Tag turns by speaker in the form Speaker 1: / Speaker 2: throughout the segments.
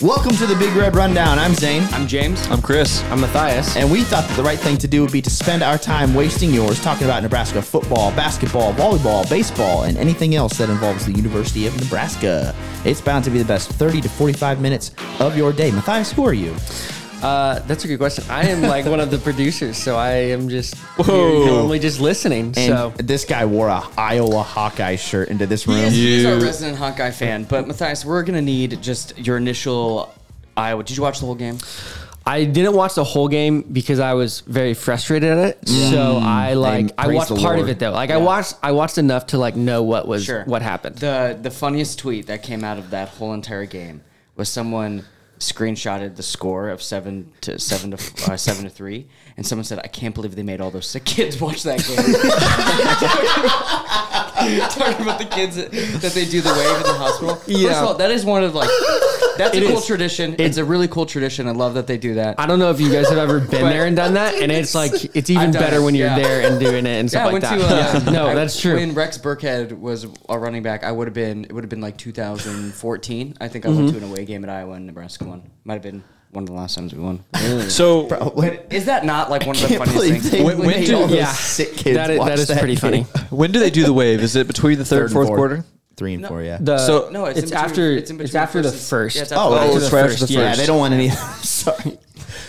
Speaker 1: Welcome to the Big Red Rundown. I'm Zane.
Speaker 2: I'm James.
Speaker 3: I'm Chris.
Speaker 2: I'm Matthias.
Speaker 1: And we thought that the right thing to do would be to spend our time wasting yours talking about Nebraska football, basketball, volleyball, baseball, and anything else that involves the University of Nebraska. It's bound to be the best 30 to 45 minutes of your day. Matthias, who are you?
Speaker 2: Uh, that's a good question. I am like one of the producers, so I am just
Speaker 3: Whoa.
Speaker 2: here only just listening.
Speaker 1: And
Speaker 2: so
Speaker 1: this guy wore a Iowa Hawkeye shirt into this room.
Speaker 4: He is, he is our
Speaker 3: You-
Speaker 4: resident Hawkeye fan, but Matthias, we're gonna need just your initial Iowa. Did you watch the whole game?
Speaker 2: I didn't watch the whole game because I was very frustrated at it. So I like I
Speaker 1: praise
Speaker 2: watched
Speaker 1: the
Speaker 2: part of
Speaker 1: Lord.
Speaker 2: it though. Like I watched I watched enough to like know what was what happened.
Speaker 4: The the funniest tweet that came out of that whole entire game was someone screenshotted the score of seven to seven to uh, seven to three, and someone said, "I can't believe they made all those sick kids watch that game." Talking about the kids that, that they do the wave in the hospital. First
Speaker 2: Yeah.
Speaker 4: of all, that is one of like that's
Speaker 2: It
Speaker 4: a cool
Speaker 2: is.
Speaker 4: tradition. it's a really cool tradition. I love that they do that.
Speaker 2: I don't know if you guys have ever been
Speaker 4: But-
Speaker 2: there and done that, and it's like it's even
Speaker 4: I've done
Speaker 2: better
Speaker 4: it,
Speaker 2: when you're
Speaker 4: yeah.
Speaker 2: there and doing it and
Speaker 4: Yeah,
Speaker 2: stuff
Speaker 4: I
Speaker 2: like
Speaker 4: went
Speaker 2: that.
Speaker 4: to. Uh,
Speaker 2: Yeah. No,
Speaker 4: I-
Speaker 2: that's true.
Speaker 4: When Rex Burkhead was a running back, I would have been. It would have been like 2014. I think I went to an away game at Iowa and Nebraska won. Might have been one of the last times we won.
Speaker 3: So
Speaker 1: When,
Speaker 4: Is that not like one of the
Speaker 1: can't believe
Speaker 4: funniest
Speaker 1: they
Speaker 4: things?
Speaker 3: When- when
Speaker 1: made
Speaker 3: do-
Speaker 1: all those
Speaker 2: yeah.
Speaker 1: sick kids
Speaker 2: That is-
Speaker 1: watch
Speaker 2: that is pretty
Speaker 1: game.
Speaker 2: funny.
Speaker 3: when do they do the wave? Is it between the third, and
Speaker 1: Third and
Speaker 3: fourth quarter?
Speaker 1: Three and four, yeah.
Speaker 2: The,
Speaker 3: So-
Speaker 4: No, it's
Speaker 2: it's,
Speaker 4: in between-
Speaker 2: after
Speaker 4: it's
Speaker 2: it's,
Speaker 4: in
Speaker 2: it's
Speaker 4: between
Speaker 2: after the
Speaker 4: verses.
Speaker 2: first.
Speaker 4: Yeah, it's
Speaker 1: Oh,
Speaker 4: Back
Speaker 1: it
Speaker 4: to
Speaker 1: was
Speaker 3: the
Speaker 1: fresh
Speaker 3: first,
Speaker 1: Yeah,
Speaker 3: yes.
Speaker 1: they don't want any. Sorry,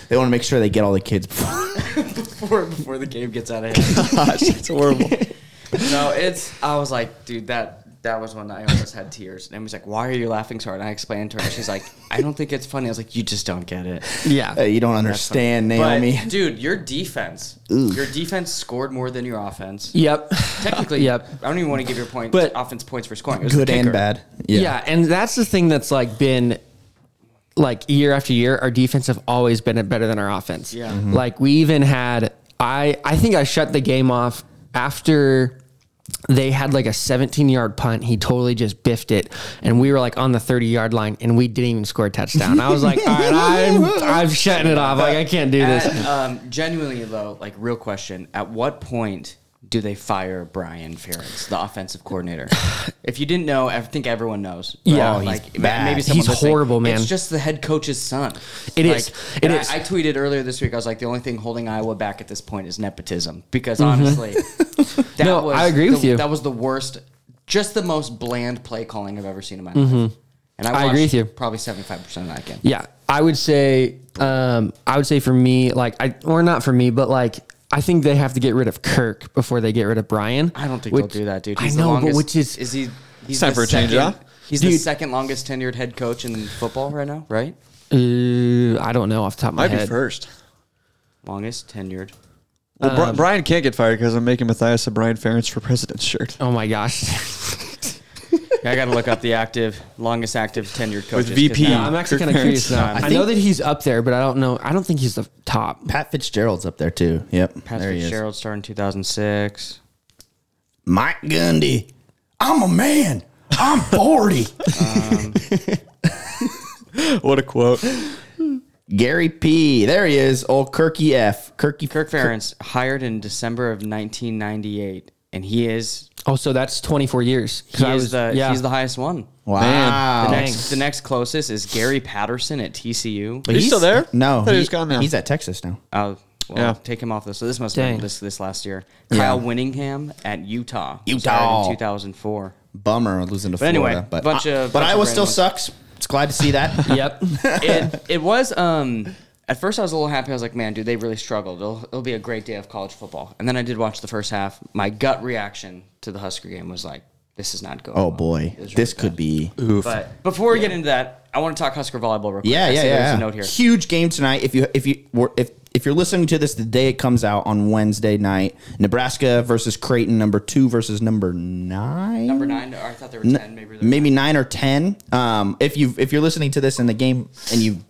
Speaker 1: they want to make sure they get all the kids. before-
Speaker 4: before, before the game gets out of hand.
Speaker 3: Gosh, it's horrible.
Speaker 4: no, it's. I was like, dude, that. That was when I almost had tears. And Emmy's like, Why are you laughing so hard? And I explained to her. and She's like, I don't think it's funny. I was like, You just don't get it.
Speaker 2: Yeah.
Speaker 1: Hey, you don't understand,
Speaker 4: But,
Speaker 1: Naomi.
Speaker 4: dude, your defense. Your defense scored more than your offense.
Speaker 2: Yep.
Speaker 4: Technically,
Speaker 2: Yep.
Speaker 4: I don't even want to give your point.
Speaker 2: But-
Speaker 4: offense points for scoring. It was the
Speaker 1: Good and
Speaker 4: kicker.
Speaker 1: bad.
Speaker 2: Yeah. and that's the thing that's like been like year after year, our defense have always been better than our offense.
Speaker 4: Yeah. Mhm.
Speaker 2: Like we even had I I think I shut the game off after they had like a 17 yard punt. He totally just biffed it. And we were like on the 30 yard line and we didn't even score a touchdown. I was like, all right, I'm, I'm shutting it off. Like, I can't do this.
Speaker 4: At, um, genuinely though, like real question: At what point do they fire Brian Ferentz, the offensive coordinator? if you didn't know, I think everyone knows.
Speaker 2: Yeah.
Speaker 4: Uh,
Speaker 2: Oh, he's
Speaker 4: like ma-
Speaker 1: bad.
Speaker 4: maybe someone
Speaker 2: He's
Speaker 4: listening,
Speaker 2: horrible, man.
Speaker 4: It's just the head coach's son. It
Speaker 2: It is.
Speaker 4: is.
Speaker 2: It is.
Speaker 4: I, I tweeted earlier this week. I was like, the only thing holding Iowa back at this point is nepotism, because honestly, that
Speaker 2: Mm-hmm. No, I agree
Speaker 4: the-
Speaker 2: with you.
Speaker 4: That was the worst, just the most bland play calling I've ever seen in my life. And I,
Speaker 2: Mm-hmm. I
Speaker 4: watched
Speaker 2: agree with you.
Speaker 4: Probably seventy-five percent of that game.
Speaker 2: Yeah, I would say, um, I would say for me, like, I or not for me, but like, I think they have to get rid of Kirk before they get rid of Brian.
Speaker 4: I don't think
Speaker 2: which-
Speaker 4: they'll do that, dude.
Speaker 2: I
Speaker 4: He's
Speaker 2: know,
Speaker 4: the longest,
Speaker 2: but which is,
Speaker 4: is he? He's
Speaker 3: It's time
Speaker 4: the
Speaker 3: for a change,
Speaker 4: second-
Speaker 3: huh?
Speaker 4: He's the second longest tenured head coach in football right now, right?
Speaker 2: uh, I don't know off the top of my
Speaker 3: Might be
Speaker 2: head.
Speaker 3: first.
Speaker 4: Longest tenured.
Speaker 3: Well, Bri- Brian can't get fired because I'm making Matthias a Brian Ferentz for president shirt
Speaker 2: Oh my gosh,
Speaker 4: I got to look up the active, longest active tenured coach
Speaker 3: with VP.
Speaker 2: Yeah, I'm actually
Speaker 3: Kirk
Speaker 2: kind of curious
Speaker 3: Ferentz.
Speaker 2: now. I,
Speaker 1: I
Speaker 2: know
Speaker 1: think-
Speaker 2: that he's up there, but I don't know. I don't think he's the top.
Speaker 1: Pat Fitzgerald's up there too. Yep,
Speaker 4: Pat
Speaker 1: there he is.
Speaker 4: Fitzgerald started in 2006.
Speaker 1: Mike Gundy. I'm a man. I'm forty.
Speaker 3: What a quote.
Speaker 1: Gary P. There he is. Old Kirky F. Kirky
Speaker 4: Kirk Ferentz hired in December of 1998, and he is
Speaker 2: Oh, so that's 24 years. 'Cause
Speaker 4: he
Speaker 2: I
Speaker 4: is
Speaker 2: was-
Speaker 4: the
Speaker 2: yeah.
Speaker 4: he's the highest one.
Speaker 1: Wow.
Speaker 3: Man.
Speaker 4: The
Speaker 2: Dang.
Speaker 4: next, the next closest is Gary Patterson at TCU.
Speaker 1: But
Speaker 3: He's still there?
Speaker 1: No,
Speaker 3: I thought he was gone now.
Speaker 1: He's at Texas now.
Speaker 4: Oh, well,
Speaker 3: Yeah.
Speaker 4: take him off this. So this must
Speaker 2: Dang.
Speaker 4: be this this last year. Kyle Winningham at Utah. He was
Speaker 1: Utah.
Speaker 4: hired in 2004.
Speaker 1: Bummer losing to
Speaker 4: But anyway,
Speaker 1: Florida. But
Speaker 4: bunch of-
Speaker 1: but
Speaker 4: bunch of
Speaker 1: Iowa
Speaker 4: brain
Speaker 1: still
Speaker 4: ones.
Speaker 1: sucks. It's glad to see that.
Speaker 2: Yep.
Speaker 4: It it was um at first I was a little happy. I was like, man, dude, they really struggled. It'll, it'll be a great day of college football. And then I did watch the first half. My gut reaction to the Husker game was like, this is not going.
Speaker 1: Oh
Speaker 4: well.
Speaker 1: boy,
Speaker 4: It was
Speaker 1: this
Speaker 4: really
Speaker 1: could be.
Speaker 4: bad. But before we get into that, I want to talk Husker volleyball real quick.
Speaker 1: Yeah,
Speaker 4: I
Speaker 1: yeah,
Speaker 4: see
Speaker 1: yeah.
Speaker 4: There's
Speaker 1: yeah.
Speaker 4: a note here.
Speaker 1: Huge game tonight. If you if you were if if you're listening to this the day it comes out on Wednesday night, Nebraska versus Creighton, number two versus number nine.
Speaker 4: Number nine. Or I thought there were ten. Maybe. there were
Speaker 1: maybe nine or ten. Um, if you if you're listening to this in the game and you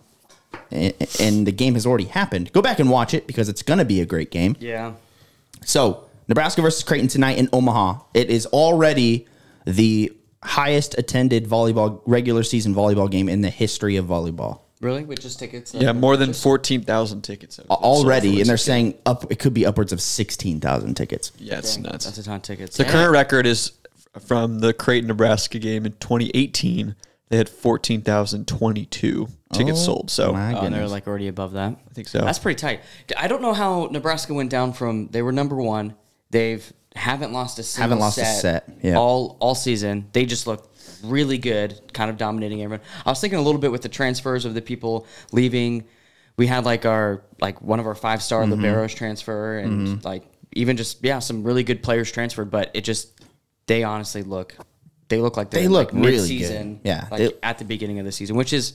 Speaker 1: and the game has already happened, go back and watch it because it's gonna be a great game.
Speaker 4: Yeah.
Speaker 1: So Nebraska versus Creighton tonight in Omaha. It is already the highest attended volleyball regular season volleyball game in the history of volleyball.
Speaker 4: Really? With just tickets?
Speaker 3: Yeah, more than 14,000 tickets. have been sold for
Speaker 1: already,
Speaker 3: this
Speaker 1: and they're
Speaker 3: game.
Speaker 1: saying up it could be upwards of sixteen thousand tickets.
Speaker 3: Yeah, it's
Speaker 4: Dang,
Speaker 3: nuts.
Speaker 4: That's a ton of tickets.
Speaker 3: The
Speaker 4: Dang.
Speaker 3: current record is f- from the Creighton Nebraska game in 2018, They had 14,022 tickets
Speaker 1: Oh,
Speaker 3: sold. So
Speaker 1: my
Speaker 3: uh,
Speaker 4: Oh, and they're
Speaker 1: goodness.
Speaker 4: like already above that. I
Speaker 3: think so.
Speaker 4: That's pretty tight. D- I don't know how Nebraska went down from they were number one. They've haven't lost a single
Speaker 1: Haven't lost a
Speaker 4: set
Speaker 1: set, yeah.
Speaker 4: all all season. They just look really good, kind of dominating everyone. I was thinking a little bit with the transfers of the people leaving. We had like our like one of our five star
Speaker 1: Mm-hmm.
Speaker 4: liberos transfer, and like even just yeah, some really good players transferred. But it just they honestly look. They look like they're
Speaker 1: They
Speaker 4: in,
Speaker 1: look
Speaker 4: like
Speaker 1: really good.
Speaker 4: mid-season,
Speaker 1: Yeah,
Speaker 4: like
Speaker 1: they-
Speaker 4: at the beginning of the season, which is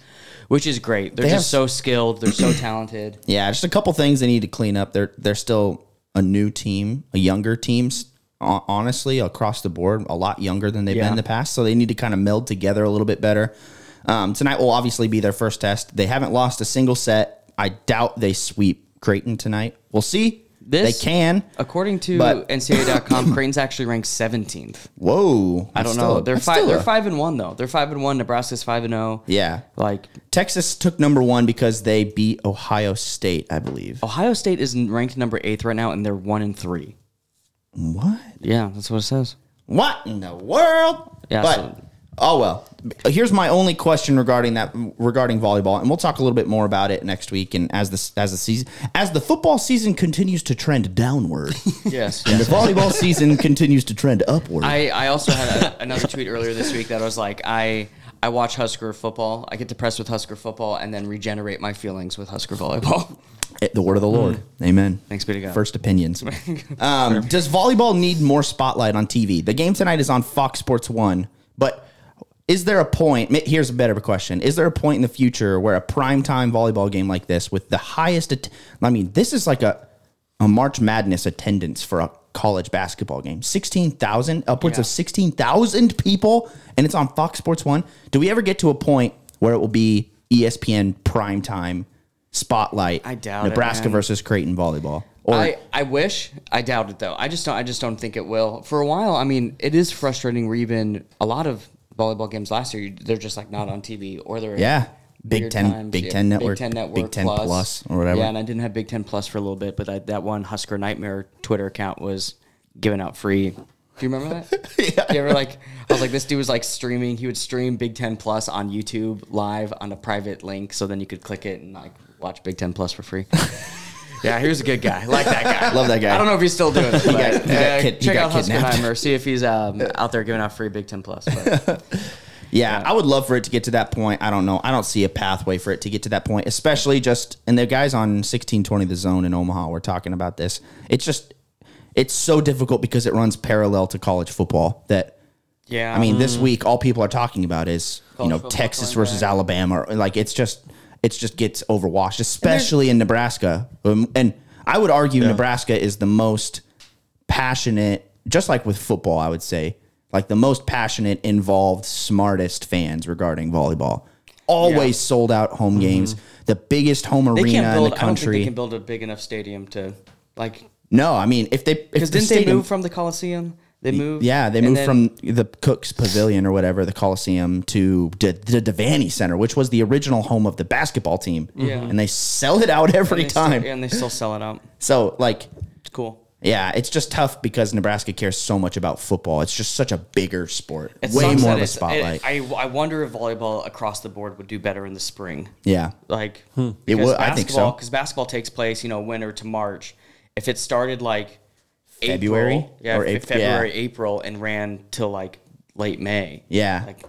Speaker 4: which is great. They're
Speaker 1: They
Speaker 4: just
Speaker 1: have-
Speaker 4: so skilled. They're so talented.
Speaker 1: Yeah, just a couple things they need to clean up. They're they're still a new team, a younger team, s- hon- honestly, across the board, a lot younger than they've been in
Speaker 4: Yeah.
Speaker 1: the past. So they need to kind of meld together a little bit better. Um, tonight will obviously be their first test. They haven't lost a single set. I doubt they sweep Creighton tonight. We'll see.
Speaker 4: This-
Speaker 1: they can.
Speaker 4: According to
Speaker 1: But-
Speaker 4: NCAA.com, Creighton's actually ranked 17th.
Speaker 1: Whoa,
Speaker 4: I don't know. They're
Speaker 1: five.
Speaker 4: five. They're five and one though. They're five and one. Nebraska's five and zero.
Speaker 1: Yeah,
Speaker 4: Like
Speaker 1: Texas took number one because they beat Ohio State, I believe.
Speaker 4: Ohio State is n- ranked number eighth right now, and they're one and three.
Speaker 1: What?
Speaker 4: Yeah, that's what it says.
Speaker 1: What in the world?
Speaker 4: Yeah,
Speaker 1: But
Speaker 4: so-
Speaker 1: oh well. Here's my only question regarding that regarding volleyball, and we'll talk a little bit more about it next week. And as this as the season as the football season continues to trend downward,
Speaker 4: Yes.
Speaker 1: and the volleyball season continues to trend upward.
Speaker 4: I, I also had a, another tweet earlier this week that I was like, I I watch Husker football. I get depressed with Husker football, and then regenerate my feelings with Husker volleyball.
Speaker 1: Eh, the word of the Lord. Amen.
Speaker 4: Mm. Thanks be to God.
Speaker 1: First opinions. um, does volleyball need more spotlight on TV? The game tonight is on Fox Sports One, but is there a point? ma- Here's a better question: Is there a point in the future where a primetime volleyball game like this, with the highest, att- I mean, this is like a a uh, March Madness attendance for a college basketball game sixteen thousand, upwards
Speaker 4: Yeah.
Speaker 1: of sixteen thousand people, and it's on Fox Sports One. Do we ever get to a point where it will be E ESPN primetime? Spotlight
Speaker 4: I doubt it,
Speaker 1: Nebraska
Speaker 4: man.
Speaker 1: versus Creighton volleyball. Or
Speaker 4: I, I wish I doubt it though. I just don't I just don't think it will. For a while, I mean, it is frustrating. Where even a lot of volleyball games last year, you- they're just like not on TV or they're
Speaker 1: yeah, Big
Speaker 4: weird
Speaker 1: Ten,
Speaker 4: times.
Speaker 1: Big
Speaker 4: Yeah,
Speaker 1: Ten Network,
Speaker 4: Big Ten Network,
Speaker 1: Plus, or whatever.
Speaker 4: Yeah, and I didn't have Big Ten Plus for a little bit, but that, that one Husker Nightmare Twitter account was giving out free. Do you remember that? yeah. You ever like? I was like, this dude was like streaming. He would stream Big Ten Plus on YouTube live on a private link, so then you could click it and like watch Big Ten Plus for free. yeah, he was a good guy. Like that guy.
Speaker 1: Love that guy.
Speaker 4: I don't know if he's still doing it.
Speaker 1: got-
Speaker 4: but,
Speaker 1: he got
Speaker 4: uh,
Speaker 1: kid- he
Speaker 4: check
Speaker 1: got
Speaker 4: out
Speaker 1: kidnapped.
Speaker 4: Huskenheimer. See if he's um, out there giving out free Big Ten Plus. But
Speaker 1: yeah, I would love for it to get to that point. I don't know. I don't see a pathway for it to get to that point, especially just and the guys on sixteen twenty the zone in Omaha were talking about this. It's just it's so difficult because it runs parallel to college football that
Speaker 4: yeah,
Speaker 1: I mean, this week all people are talking about is you
Speaker 4: College
Speaker 1: know
Speaker 4: Mm. football
Speaker 1: Texas
Speaker 4: going
Speaker 1: versus
Speaker 4: back.
Speaker 1: Alabama. Or, like it's just it's just gets overwashed, especially in Nebraska. Um, and I would argue Nebraska is the most passionate, just like with football. I would say like the most passionate, involved, smartest fans regarding volleyball. Always sold out home games, the biggest home
Speaker 4: Mm-hmm. they
Speaker 1: arena
Speaker 4: can't build.
Speaker 1: in the
Speaker 4: I don't think
Speaker 1: country.
Speaker 4: they can build a big enough stadium to like.
Speaker 1: no, I mean if they if
Speaker 4: Because
Speaker 1: the
Speaker 4: didn't they
Speaker 1: stadium-
Speaker 4: move from the Coliseum? They moved.
Speaker 1: Yeah, they
Speaker 4: and
Speaker 1: moved
Speaker 4: then-
Speaker 1: from the Cook's Pavilion or whatever, the Coliseum, to the D- Devaney Center, which was the original home of the basketball team.
Speaker 4: Yeah.
Speaker 1: And they sell it out
Speaker 4: and
Speaker 1: every
Speaker 4: they
Speaker 1: time.
Speaker 4: still, and they still sell it out.
Speaker 1: So, like,
Speaker 4: It's cool.
Speaker 1: yeah, it's just tough because Nebraska cares so much about football. It's just such a bigger sport,
Speaker 4: It
Speaker 1: way
Speaker 4: sucks
Speaker 1: more of a
Speaker 4: that it's- it-
Speaker 1: spotlight.
Speaker 4: I, I wonder if volleyball across the board would do better in the spring.
Speaker 1: yeah.
Speaker 4: Like
Speaker 1: Hmm. It
Speaker 4: because
Speaker 1: would- I think so.
Speaker 4: basketball- Because basketball takes place, you know, winter to March. If it started like
Speaker 1: February?
Speaker 4: April, yeah,
Speaker 1: Or
Speaker 4: fe-
Speaker 1: Ap-
Speaker 4: February,
Speaker 1: yeah.
Speaker 4: April, and ran till like late May.
Speaker 1: Yeah.
Speaker 4: like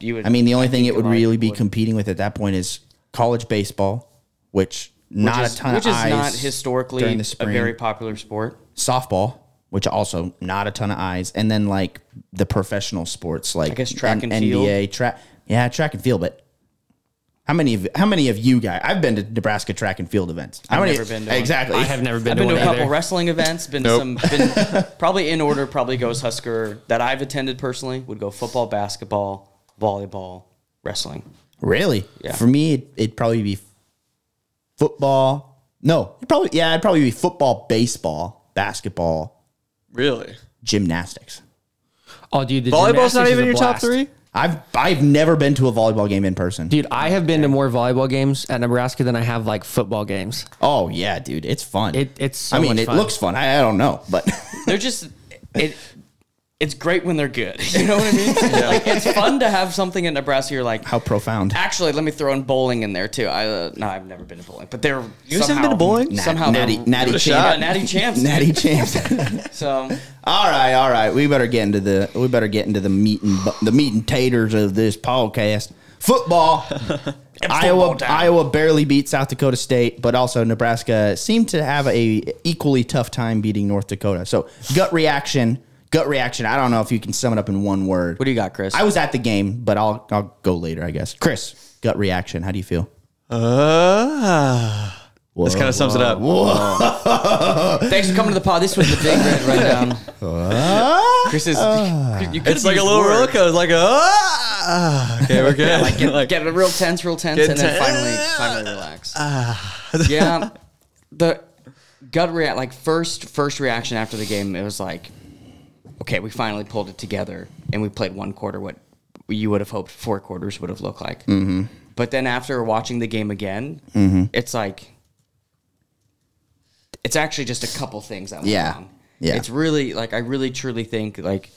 Speaker 4: you would.
Speaker 1: I mean, the only thing it would
Speaker 4: Alliance
Speaker 1: really be
Speaker 4: would.
Speaker 1: competing with at that point is college baseball, which not
Speaker 4: which is,
Speaker 1: a ton
Speaker 4: which
Speaker 1: of
Speaker 4: is
Speaker 1: eyes
Speaker 4: not historically
Speaker 1: during
Speaker 4: a
Speaker 1: the spring.
Speaker 4: very popular sport.
Speaker 1: softball, which also not a ton of eyes, and then like the professional sports, like I
Speaker 4: guess track and
Speaker 1: NBA track. Yeah, track and field, but. How many of how many of you guys? I've been to Nebraska track and field events. How many?
Speaker 4: never been to one.
Speaker 1: exactly.
Speaker 2: I have never been
Speaker 4: I've
Speaker 2: to
Speaker 4: been
Speaker 2: one
Speaker 4: to a couple
Speaker 2: either.
Speaker 4: wrestling events. Been to
Speaker 3: Nope.
Speaker 4: some. Been probably in order. Probably goes Husker that I've attended personally would go football, basketball, volleyball, wrestling.
Speaker 1: Really?
Speaker 4: Yeah.
Speaker 1: For me, it, it'd probably be football. No, it'd probably yeah, it'd probably be football, baseball, basketball,
Speaker 3: really?
Speaker 1: gymnastics.
Speaker 2: Oh, dude, the
Speaker 3: Volleyball's not
Speaker 2: gymnastics is
Speaker 3: even
Speaker 2: a
Speaker 3: your top
Speaker 2: blast.
Speaker 3: three?
Speaker 1: I've I've never been to a volleyball game in person.
Speaker 2: Dude, I have been to more volleyball games at Nebraska than I have like football games.
Speaker 1: Oh yeah, dude, it's fun.
Speaker 2: It- it's so
Speaker 1: I mean,
Speaker 2: much
Speaker 1: it
Speaker 2: fun.
Speaker 1: looks fun. I, I don't know, but
Speaker 4: They're just it. it's great when they're good. You know what I mean? Like it's fun to have something in Nebraska. You're like,
Speaker 1: How profound.
Speaker 4: actually, let me throw in bowling in there too. I uh, no, I've never been to bowling, but they're
Speaker 3: You guys haven't been to bowling?
Speaker 4: Somehow
Speaker 1: natty,
Speaker 4: they're-
Speaker 1: natty
Speaker 3: it a
Speaker 1: champs.
Speaker 3: shot.
Speaker 4: Yeah, natty champs.
Speaker 1: Natty champs.
Speaker 4: So
Speaker 1: all right, all right. We better get into the we better get into the meat and bu- the meat and taters of this podcast. Football. Iowa
Speaker 4: football time.
Speaker 1: Iowa barely beat South Dakota State, but also Nebraska seemed to have a equally tough time beating North Dakota. So gut reaction, gut reaction. I don't know if you can sum it up in one word.
Speaker 4: what do you got, Chris?
Speaker 1: I was at the game, but I'll I'll go later, I guess. Chris, gut reaction. How do you feel?
Speaker 3: Uh, this kind of sums it up.
Speaker 4: Thanks for coming to the pod. This was the big red rundown. Chris is. you could
Speaker 3: It's like a little roller coaster. It's like a. ah. okay, we're good. like,
Speaker 4: Like, get real tense, real tense,
Speaker 3: Get
Speaker 4: and then
Speaker 3: tense.
Speaker 4: finally, finally relax. yeah, the gut react like first first reaction after the game. It was like, okay, we finally pulled it together, and we played one quarter. What you would have hoped four quarters would have looked like. Mm-hmm. But then after watching the game again, it's like it's actually just a couple things that went
Speaker 1: Yeah.
Speaker 4: wrong.
Speaker 1: Yeah.
Speaker 4: It's really like I really truly think like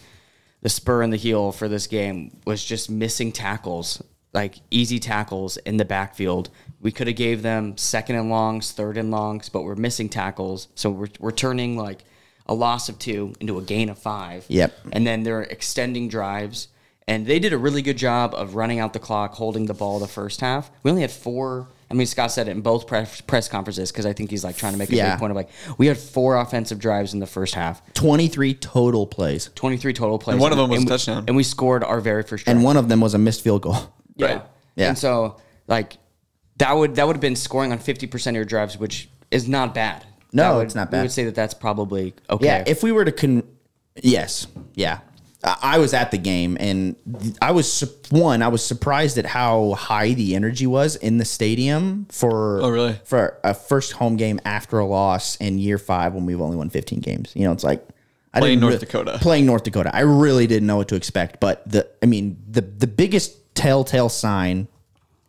Speaker 4: the spur and the heel for this game was just missing tackles, like easy tackles in the backfield. We could have gave them second and longs, third and longs, but we're missing tackles. So we're we're turning like a loss of two into a gain of five.
Speaker 1: Yep.
Speaker 4: And then they're extending drives. And they did a really good job of running out the clock, holding the ball the first half. We only had four. I mean, Scott said it in both press, press conferences because I think he's like trying to make a
Speaker 1: Yeah.
Speaker 4: big point of like, we had four offensive drives in the first half.
Speaker 1: 23 total plays.
Speaker 4: 23 total plays.
Speaker 3: And one of them was
Speaker 4: and
Speaker 3: a
Speaker 4: we-
Speaker 3: touchdown.
Speaker 4: And we scored our very first try.
Speaker 1: And one of them was a missed field goal.
Speaker 4: yeah.
Speaker 3: Right.
Speaker 1: Yeah.
Speaker 4: And so like that would that would have been scoring on 50% of your drives, which is not bad.
Speaker 1: No,
Speaker 4: That would-
Speaker 1: it's not
Speaker 4: We
Speaker 1: bad.
Speaker 4: would say that that's probably okay.
Speaker 1: Yeah, if we were to con, yes, yeah. I I was at the game and I was su- one. I was surprised at how high the energy was in the stadium for
Speaker 3: Oh, really?
Speaker 1: for a first home game after a loss in year five when we've only won fifteen games. You know, it's like I
Speaker 3: Playing
Speaker 1: didn't
Speaker 3: North
Speaker 1: rea-
Speaker 3: Dakota.
Speaker 1: Playing North Dakota, I really didn't know what to expect. But the I mean the the biggest telltale sign.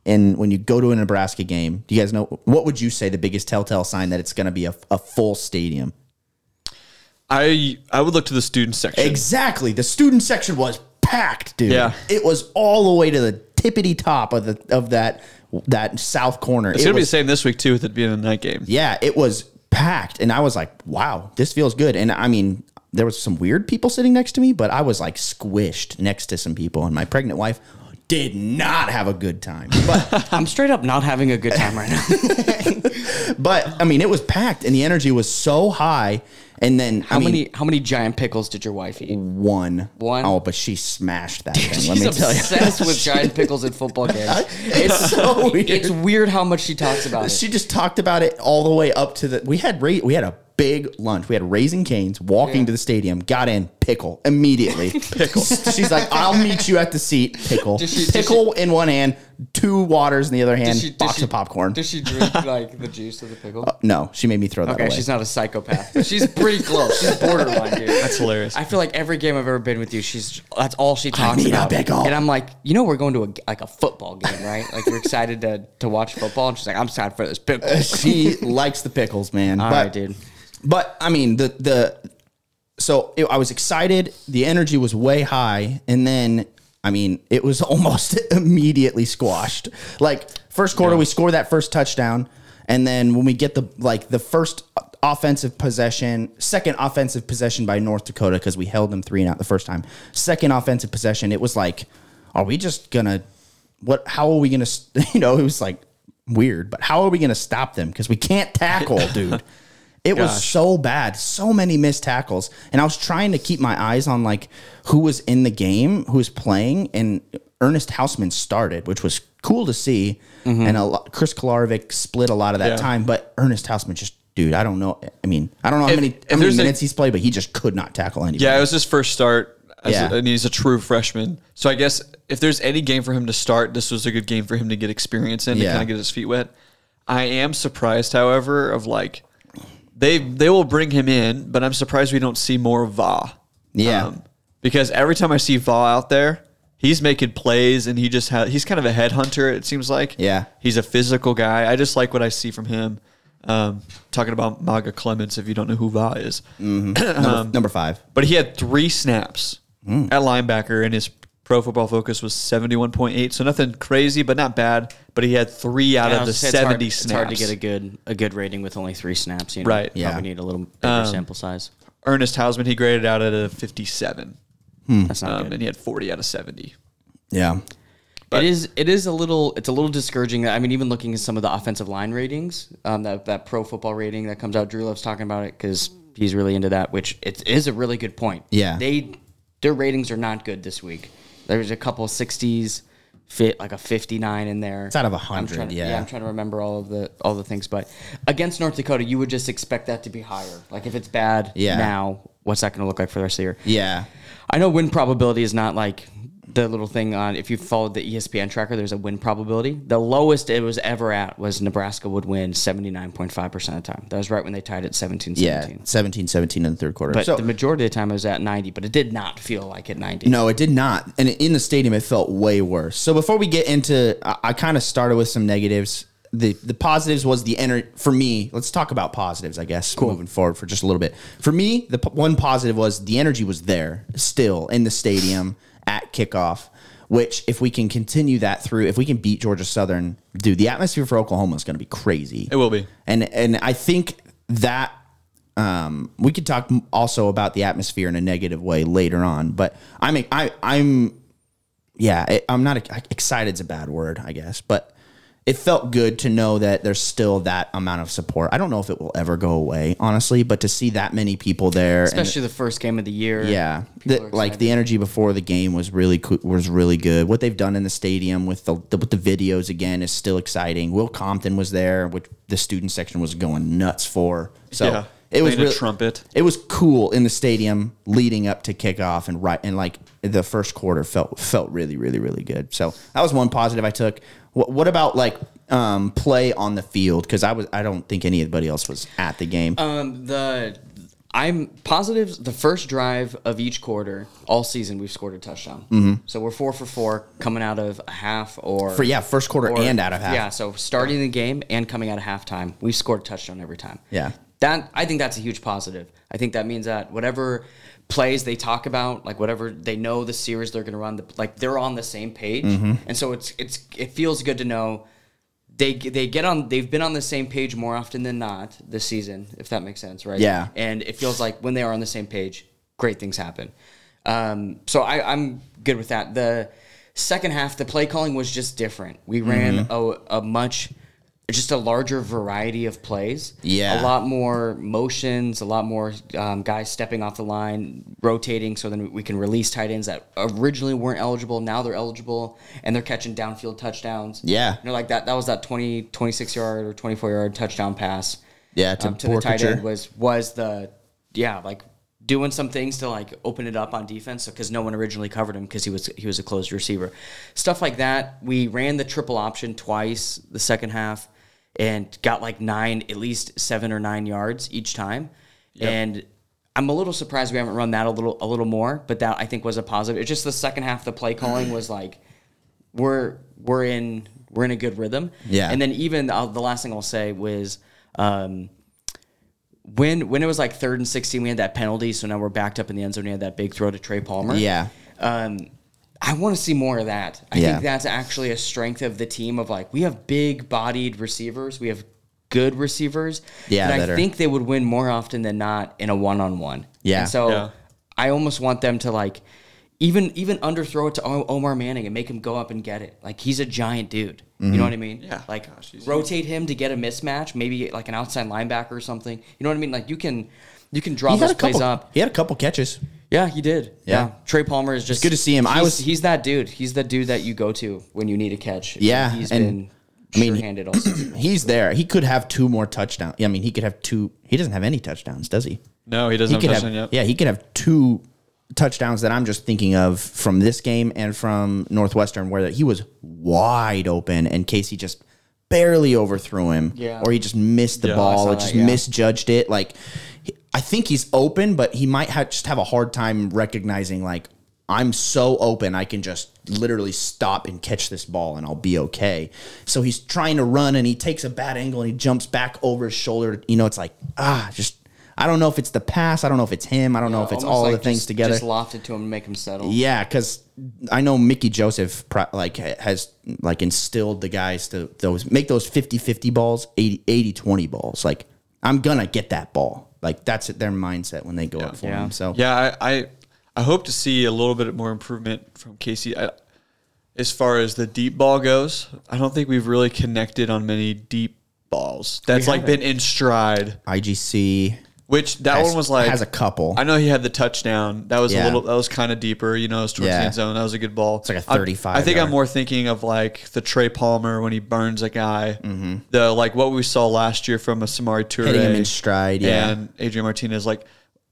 Speaker 1: in when you go to a Nebraska game, do you guys know what would you say the biggest telltale sign that it's going to be a, a full stadium?
Speaker 3: I I would look to the student section.
Speaker 1: Exactly. The student section was packed, dude.
Speaker 3: Yeah.
Speaker 1: It was all the way to the tippity top of the of that that south corner.
Speaker 3: it's
Speaker 1: It
Speaker 3: gonna be the
Speaker 1: was-
Speaker 3: same this week too, with it being a night game.
Speaker 1: yeah, it was packed, and I was like, "Wow, this feels good." And I mean, there was some weird people sitting next to me, but I was like squished next to some people, and my pregnant wife did not have a good time. But
Speaker 4: I'm straight up not having a good time right now.
Speaker 1: but I mean, it was packed, and the energy was so high. And then
Speaker 4: How
Speaker 1: I mean,
Speaker 4: many how many giant pickles did your wife eat?
Speaker 1: One,
Speaker 4: One?
Speaker 1: Oh, but she smashed that thing.
Speaker 4: She's
Speaker 1: let me tell you,
Speaker 4: obsessed with giant pickles at football games.
Speaker 1: it's so weird.
Speaker 4: It's weird how much she talks about it.
Speaker 1: She just talked about it all the way up to the. We had ra- we had a big lunch. We had raisin canes. Walking
Speaker 4: Yeah.
Speaker 1: to the stadium, got in pickle immediately. pickle. She's like, "I'll meet you at the seat." Pickle.
Speaker 4: Does she- does
Speaker 1: pickle in one hand, two waters in the other hand,
Speaker 4: she- does
Speaker 1: box
Speaker 4: she-
Speaker 1: of popcorn. Oh,
Speaker 4: Does she drink like the juice of the pickle?
Speaker 1: no, she made me throw that
Speaker 4: okay,
Speaker 1: away.
Speaker 4: she's not a psychopath. but She's pretty close. She's borderline, dude.
Speaker 3: That's hilarious.
Speaker 4: I feel like every game I've ever been with you, she's that's all she talks
Speaker 1: need a
Speaker 4: about.
Speaker 1: pickle.
Speaker 4: And I'm like, you know, we're going to a, like a football game, right? Like you're excited to to watch football, and she's like, I'm excited for this
Speaker 3: Uh,
Speaker 4: pickle.
Speaker 1: she likes the pickles, man.
Speaker 4: All
Speaker 1: but,
Speaker 4: right, dude.
Speaker 1: But I mean, the the so it, I was excited. The energy was way high, and then I mean, it was almost immediately squashed. Like first quarter, we score that first touchdown, and then when we get the like the first offensive possession, second offensive possession by North Dakota because we held them three and out the first time. Second offensive possession, it was like, are we just gonna what? How are we gonna? s- You know, it was like weird, but how are we gonna stop them because we can't tackle, dude. It was so bad. So many missed tackles. And I was trying to keep my eyes on like who was in the game, who was playing, and Ernest Hausman started, which was cool to see. And a lot, Chris Kolarovic split a lot of that
Speaker 3: Mm-hmm. Yeah.
Speaker 1: time, but Ernest Hausman just dude, I don't know. I mean, I don't know how
Speaker 3: If-
Speaker 1: many,
Speaker 3: if
Speaker 1: how many
Speaker 3: there's a-
Speaker 1: minutes he's played, but he just could not tackle anybody.
Speaker 3: Yeah, it was his first start. As
Speaker 1: Yeah.
Speaker 3: a, and he's a true freshman. So I guess if there's any game for him to start, this was a good game for him to get experience in,
Speaker 1: Yeah.
Speaker 3: to kind of get his feet wet. I am surprised, however, of like they they will bring him in, but I'm surprised we don't see more Va.
Speaker 1: Yeah.
Speaker 3: Um, because every time I see Va out there, he's making plays and he just has he's kind of a headhunter. It seems like
Speaker 1: Yeah.
Speaker 3: he's a physical guy. I just like what I see from him. Um, talking about Maga Clements, if you don't know who Va is,
Speaker 1: Mm. Number,
Speaker 3: um,
Speaker 1: number five.
Speaker 3: but he had three snaps
Speaker 1: Mm.
Speaker 3: at linebacker, and his Pro Football Focus was seventy one point eight. So nothing crazy, but not bad. But he had three out
Speaker 4: And I
Speaker 3: of the
Speaker 4: was gonna say
Speaker 3: seventy
Speaker 4: it's hard, It's
Speaker 3: snaps.
Speaker 4: hard to get a good a good rating with only three snaps. You know?
Speaker 3: Right.
Speaker 4: Probably
Speaker 3: Um,
Speaker 1: Yeah.
Speaker 4: need a little bigger sample size.
Speaker 3: Ernest Hausman, he graded out at a fifty seven,
Speaker 4: That's not
Speaker 3: um,
Speaker 4: good.
Speaker 3: and he had forty out of seventy.
Speaker 1: Yeah.
Speaker 4: it is it is a little it's a little discouraging that I mean even looking at some of the offensive line ratings um, that that pro football rating that comes out Drew loves talking about it because he's really into that which it is a really good point
Speaker 1: Yeah.
Speaker 4: they their ratings are not good this week there's a couple 60s fit like a 59 in there
Speaker 1: It's out of
Speaker 4: I'm
Speaker 1: 100,
Speaker 4: trying to-
Speaker 1: yeah.
Speaker 4: I'm trying to remember all of the all the things but against North Dakota you would just expect that to be higher like if it's bad
Speaker 1: Yeah.
Speaker 4: now what's that going to look like for the rest of the year
Speaker 1: Yeah.
Speaker 4: I know win probability is not like the little thing on if you followed the E ESPN tracker, there's a win probability. The lowest it was ever at was Nebraska would win 79.5% of the time. That was right when they tied it 17
Speaker 1: Yeah.
Speaker 4: 17.
Speaker 1: 17 17 in the third quarter.
Speaker 4: But
Speaker 1: so,
Speaker 4: the majority of the time it was at 90, but it did not feel like at 90.
Speaker 1: No, it did not. And in the stadium, it felt way worse. So before we get into, I, I kind of started with some negatives. The the positives was the energy for me. Let's talk about positives, I guess, moving forward for just a little bit. For me, the p- one positive was the energy was there still in the stadium at kickoff. Which, if we can continue that through, if we can beat Georgia Southern, dude, the atmosphere for Oklahoma is going to be crazy.
Speaker 3: It will be.
Speaker 1: and and I think that um, we could talk m- also about the atmosphere in a negative way later on. But I'm I, I'm yeah I- I'm not ex- excited's a bad word I guess, but it felt good to know that there's still that amount of support. I don't know if it will ever go away, honestly, but to see that many people there, and-
Speaker 4: Especially the first game of the year.
Speaker 1: yeah,
Speaker 4: People
Speaker 1: the-
Speaker 4: are
Speaker 1: like the energy before the game was really coo- was really good. What they've done in the stadium with the, the with the videos again is still exciting. Will Compton was there, which the student section was going nuts for. So
Speaker 3: Yeah,
Speaker 1: it was
Speaker 3: playing a
Speaker 1: really,
Speaker 3: trumpet.
Speaker 1: It was cool in the stadium leading up to kickoff and right and like the first quarter felt felt really really really good. So that was one positive I took. What, what about like um, play on the field? Because I was I don't think anybody else was at the game.
Speaker 4: Um, the I'm positives. The first drive of each quarter, all season, we've scored a touchdown. Mm-hmm. So we're four for four coming out of a half or
Speaker 1: For- yeah, first quarter
Speaker 4: or-
Speaker 1: and out of half.
Speaker 4: Yeah, so starting the game and coming out of halftime, we've scored a touchdown every time.
Speaker 1: Yeah.
Speaker 4: that I think that's a huge positive. I think that means that whatever plays they talk about, like whatever they know the series they're going to run, the, like they're on the same page,
Speaker 1: Mm-hmm.
Speaker 4: and so it's it's it feels good to know they they get on they've been on the same page more often than not this season if that makes sense right
Speaker 1: Yeah.
Speaker 4: and it feels like when they are on the same page great things happen um, so I, i'm good with that the second half the play calling was just different we ran
Speaker 1: Mm-hmm.
Speaker 4: a, a much just a larger variety of plays
Speaker 1: Yeah.
Speaker 4: a lot more motions a lot more um, guys stepping off the line rotating so then we can release tight ends that originally weren't eligible now they're eligible and they're catching downfield touchdowns
Speaker 1: Yeah.
Speaker 4: you know, like that. That was that 20, 26 yard or twenty four yard touchdown pass.
Speaker 1: Yeah, to
Speaker 4: um, to the tight
Speaker 1: Borkature.
Speaker 4: end was was the yeah like doing some things to like open it up on defense because no one originally covered him because he was he was a closed receiver, stuff like that. We ran the triple option twice the second half and got like nine at least seven or nine yards each time, and. I'm a little surprised we haven't run that a little a little more, but that I think was a positive. It's just the second half the play calling was like we're we're in we're in a good rhythm.
Speaker 1: Yeah.
Speaker 4: And then even uh, the last thing I'll say was um, when when it was like third and sixteen, we had that penalty, so now we're backed up in the end zone. We had that big throw to Trey Palmer.
Speaker 1: yeah.
Speaker 4: Um, I want to see more of that. I
Speaker 1: Yeah.
Speaker 4: think that's actually a strength of the team. Of like we have big bodied receivers. We have good receivers.
Speaker 1: Yeah,
Speaker 4: And
Speaker 1: that
Speaker 4: I
Speaker 1: are-
Speaker 4: think they would win more often than not in a one on one.
Speaker 1: Yeah.
Speaker 4: And so
Speaker 3: Yeah.
Speaker 4: I almost want them to like even even underthrow it to O- Omar Manning and make him go up and get it. Like he's a giant dude.
Speaker 1: Mm-hmm.
Speaker 4: You know what I mean?
Speaker 3: Yeah.
Speaker 4: Like
Speaker 3: Gosh, he's-
Speaker 4: rotate him to get a mismatch, maybe like an outside linebacker or something. You know what I mean? Like you can you can draw
Speaker 1: He had
Speaker 4: those
Speaker 1: a
Speaker 4: plays
Speaker 1: couple.
Speaker 4: up.
Speaker 1: He had a couple catches.
Speaker 4: Yeah, he did.
Speaker 1: Yeah.
Speaker 4: Yeah. Trey Palmer is just
Speaker 1: good to see him. I
Speaker 4: he's-
Speaker 1: was-
Speaker 4: he's that dude. He's the dude that you go to when you need a catch.
Speaker 1: Yeah,
Speaker 4: He's
Speaker 1: and-
Speaker 4: been
Speaker 1: I mean,
Speaker 4: sure-handed all season.
Speaker 1: He's there. He could have two more touchdowns. I mean, he could have two. He doesn't have any touchdowns, does he?
Speaker 3: No, he
Speaker 1: He
Speaker 3: doesn't
Speaker 1: could
Speaker 3: have a
Speaker 1: have.
Speaker 3: touchdown yet.
Speaker 1: Yeah, he could have two touchdowns that I'm just thinking of from this game and from Northwestern, where he was wide open and Casey just barely overthrew him,
Speaker 4: Yeah.
Speaker 1: or he just missed the
Speaker 3: Yeah, I
Speaker 1: ball,
Speaker 4: saw
Speaker 1: or
Speaker 4: that,
Speaker 1: just
Speaker 4: yeah.
Speaker 1: misjudged it. Like, he- I think he's open, but he might have just have a hard time recognizing like I'm so open, I can just literally stop and catch this ball and I'll be okay. So he's trying to run and he takes a bad angle and he jumps back over his shoulder. You know, it's like, ah, just, I don't know if it's the pass. I don't know if it's him. I don't know if it's
Speaker 4: Almost
Speaker 1: all
Speaker 4: like
Speaker 1: the things
Speaker 4: just-
Speaker 1: together.
Speaker 4: Just loft it to him to make him settle.
Speaker 1: Yeah, because I know Mickey Joseph pro- like ha- has like instilled the guys to those make those 50-50 balls 80, 80-20 balls. Like I'm gonna get that ball. Like that's their mindset when they go up for
Speaker 4: Yeah.
Speaker 1: him. So
Speaker 3: Yeah, I, I I hope to see a little bit more improvement from Casey. I, as far as the deep ball goes, I don't think we've really connected on many deep balls. That's like been in stride.
Speaker 1: IGC
Speaker 3: Which that
Speaker 1: Has-
Speaker 3: one was like
Speaker 1: has a couple.
Speaker 3: I know he had the touchdown. That was
Speaker 1: Yeah.
Speaker 3: a little. That was kind of deeper. You know, it was towards
Speaker 1: Yeah.
Speaker 3: the end zone. That was a good ball. It's
Speaker 1: like a 35
Speaker 3: I, think
Speaker 1: yard.
Speaker 3: I'm more thinking of like the Trey Palmer when he burns a guy. The like what we saw last year from a Samari Toure
Speaker 1: hitting Mm-hmm. him in stride. Yeah,
Speaker 3: and Adrian Martinez. Like,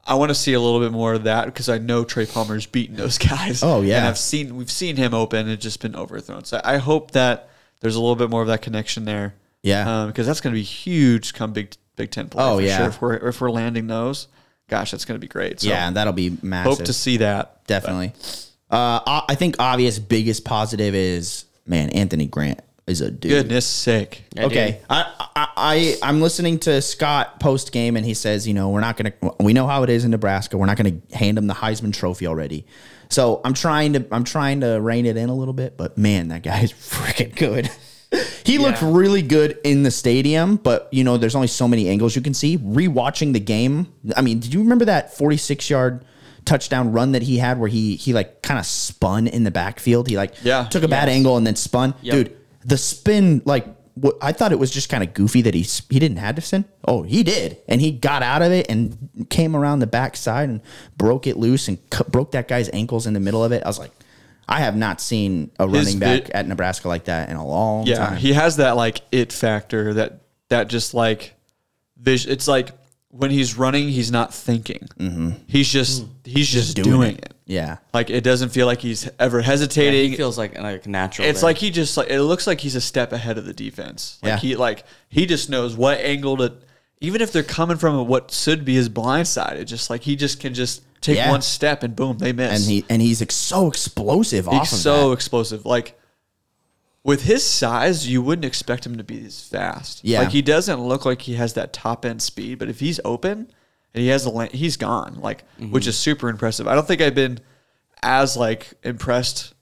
Speaker 3: I want to see a little bit more of that because I know Trey Palmer's beaten those guys.
Speaker 1: Oh, yeah.
Speaker 3: and I've seen we've seen him open and just been overthrown. So I hope that there's a little bit more of that connection there.
Speaker 1: Yeah.
Speaker 3: because that's going to be huge come Big Big Ten play.
Speaker 1: Oh,
Speaker 3: for
Speaker 1: yeah.
Speaker 3: sure. if we're if we're landing those, gosh, that's going to be great. So
Speaker 1: yeah, that'll be massive.
Speaker 3: hope to see that.
Speaker 1: definitely. Uh, o- I think obvious biggest positive is man Anthony Grant is a dude.
Speaker 3: Goodness sake.
Speaker 1: okay. I, I I I'm listening to Scott post game, and he says, you know, we're not gonna. We know how it is in Nebraska. We're not gonna hand him the Heisman Trophy already. So I'm trying to I'm trying to rein it in a little bit, but man, that guy is freaking good. He looked really good in the stadium, but you know, there's only so many angles you can see. Rewatching the game, I mean, did you remember that 46 yard touchdown run that he had where he he like kind of spun in the backfield? He like
Speaker 3: Yeah.
Speaker 1: took a bad angle and then spun. Dude, the spin like wh- I thought it was just kind of goofy that he s- he didn't have to spin. Oh, he did, and he got out of it and came around the backside and broke it loose and cu- broke that guy's ankles in the middle of it. I was like, I have not seen a running back
Speaker 3: vi-
Speaker 1: at Nebraska like that in a long
Speaker 3: Yeah,
Speaker 1: time.
Speaker 3: he has that like it factor that that just like vis- it's like when he's running, he's not thinking. Mm-hmm. He's just he's just doing, it.
Speaker 1: yeah,
Speaker 3: Like it doesn't feel like he's ever
Speaker 4: Yeah,
Speaker 3: hesitating.
Speaker 4: he feels like like natural.
Speaker 3: it's
Speaker 4: there.
Speaker 3: like he just like it looks like he's a step ahead of the defense. Like
Speaker 1: Yeah.
Speaker 3: he like he just knows what angle to even if they're coming from what should be his blind side, it just like he just can just take
Speaker 1: Yeah.
Speaker 3: one step and boom, they miss.
Speaker 1: and he and he's ex- so explosive off of
Speaker 3: He's so
Speaker 1: that.
Speaker 3: explosive. Like with his size, you wouldn't expect him to be this fast.
Speaker 1: Yeah.
Speaker 3: like he doesn't look like he has that top end speed. But if he's open and he has a, lan- he's gone. Like
Speaker 1: Mm-hmm.
Speaker 3: which is super impressive. I don't think I've been as like impressed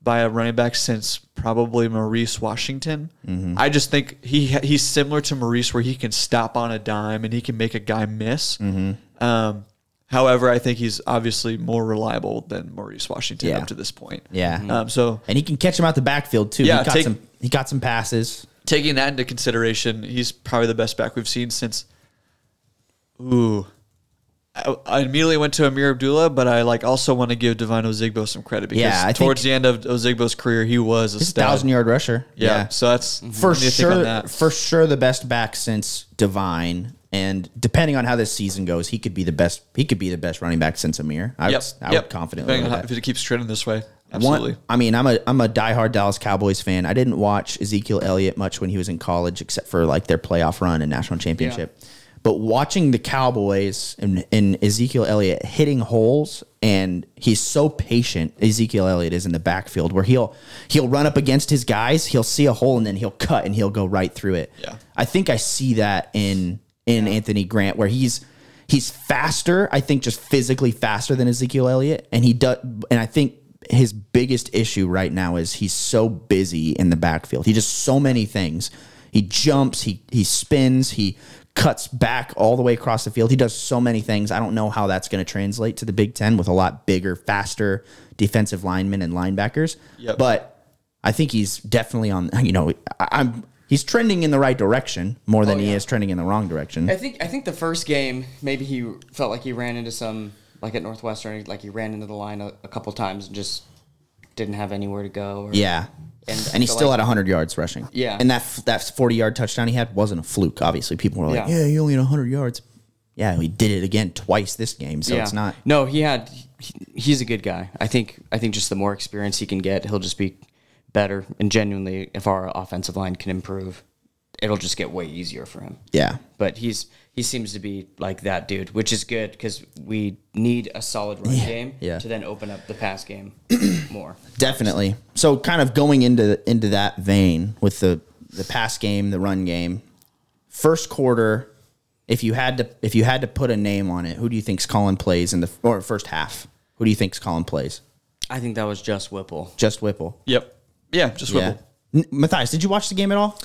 Speaker 3: by a running back since probably Maurice Washington.
Speaker 1: Mm-hmm.
Speaker 3: I just think he ha- he's similar to Maurice where he can stop on a dime and he can make a guy miss.
Speaker 1: Mm-hmm.
Speaker 3: Um, however, I think he's obviously more reliable than Maurice Washington
Speaker 1: Yeah.
Speaker 3: up to this point.
Speaker 1: Yeah.
Speaker 3: Um, so
Speaker 1: And he can catch him out the backfield too.
Speaker 3: Yeah,
Speaker 1: he got
Speaker 3: take-
Speaker 1: some he got some passes.
Speaker 3: taking that into consideration, he's probably the best back we've seen since. Ooh, I, I immediately went to Amir Abdullah, but I like also want to give Divine Ozigbo some credit because
Speaker 1: Yeah, I
Speaker 3: towards
Speaker 1: think-
Speaker 3: the end of Ozigbo's career, he was a
Speaker 1: He's a
Speaker 3: stud.
Speaker 1: thousand yard rusher.
Speaker 3: Yeah, so that's
Speaker 1: for
Speaker 3: what do you think on
Speaker 1: sure
Speaker 3: that?
Speaker 1: for sure the best back since Divine. And depending on how this season goes, he could be the best he could be the best running back since Amir. I
Speaker 3: Yep,
Speaker 1: would I
Speaker 3: yep.
Speaker 1: would confidently.
Speaker 3: Depending
Speaker 1: go
Speaker 3: on
Speaker 1: with
Speaker 3: how-
Speaker 1: that.
Speaker 3: if it keeps trending this way,
Speaker 1: One-
Speaker 3: absolutely.
Speaker 1: I mean, I'm a I'm a diehard Dallas Cowboys fan. I didn't watch Ezekiel Elliott much when he was in college, except for like their playoff run and national championship. But watching the Cowboys and, and Ezekiel Elliott hitting holes, and he's so patient. Ezekiel Elliott is in the backfield where he'll he'll run up against his guys, he'll see a hole, and then he'll cut and he'll go right through it.
Speaker 3: Yeah.
Speaker 1: I think I see that in in Anthony Grant where he's he's faster, I think just physically faster than Ezekiel Elliott and he does and I think his biggest issue right now is he's so busy in the backfield. He just so many things. He jumps, he he spins, he cuts back all the way across the field. He does so many things. I don't know how that's going to translate to the Big 10 with a lot bigger, faster defensive linemen and linebackers.
Speaker 3: Yep.
Speaker 1: But I think he's definitely on. You know, I, I'm he's trending in the right direction more
Speaker 4: Oh,
Speaker 1: than he is trending in the wrong direction.
Speaker 4: I think I think the first game maybe he felt like he ran into some like at Northwestern like he ran into the line a, a couple times and just didn't have anywhere to go. Or,
Speaker 1: yeah,
Speaker 4: And
Speaker 1: and,
Speaker 4: I
Speaker 1: he
Speaker 4: feel
Speaker 1: still
Speaker 4: like-
Speaker 1: had 100 yards rushing.
Speaker 4: Yeah.
Speaker 1: and that f- that 40 yard touchdown he had wasn't a fluke. Obviously, people were like,
Speaker 4: Yeah.
Speaker 1: "Yeah, he only had 100 yards." Yeah, he did it again twice this game, so it's not.
Speaker 4: No, he had. He, he's a good guy. I think. I think just the more experience he can get, he'll just be better. And genuinely, if our offensive line can improve, it'll just get way easier for him.
Speaker 1: Yeah.
Speaker 4: But he's he seems to be like that dude, which is good because we need a solid run game
Speaker 1: yeah.
Speaker 4: to then open up the pass game more.
Speaker 1: Definitely. So kind of going into into that vein with the the pass game, the run game. First quarter, if you had to if you had to put a name on it, who do you think's calling plays in the or first half? Who do you think's calling plays?
Speaker 4: I think that was just Whipple.
Speaker 1: Just Whipple.
Speaker 3: Yep. Yeah, just Whipple.
Speaker 1: Yeah. N- Matthias, did you watch the game at all?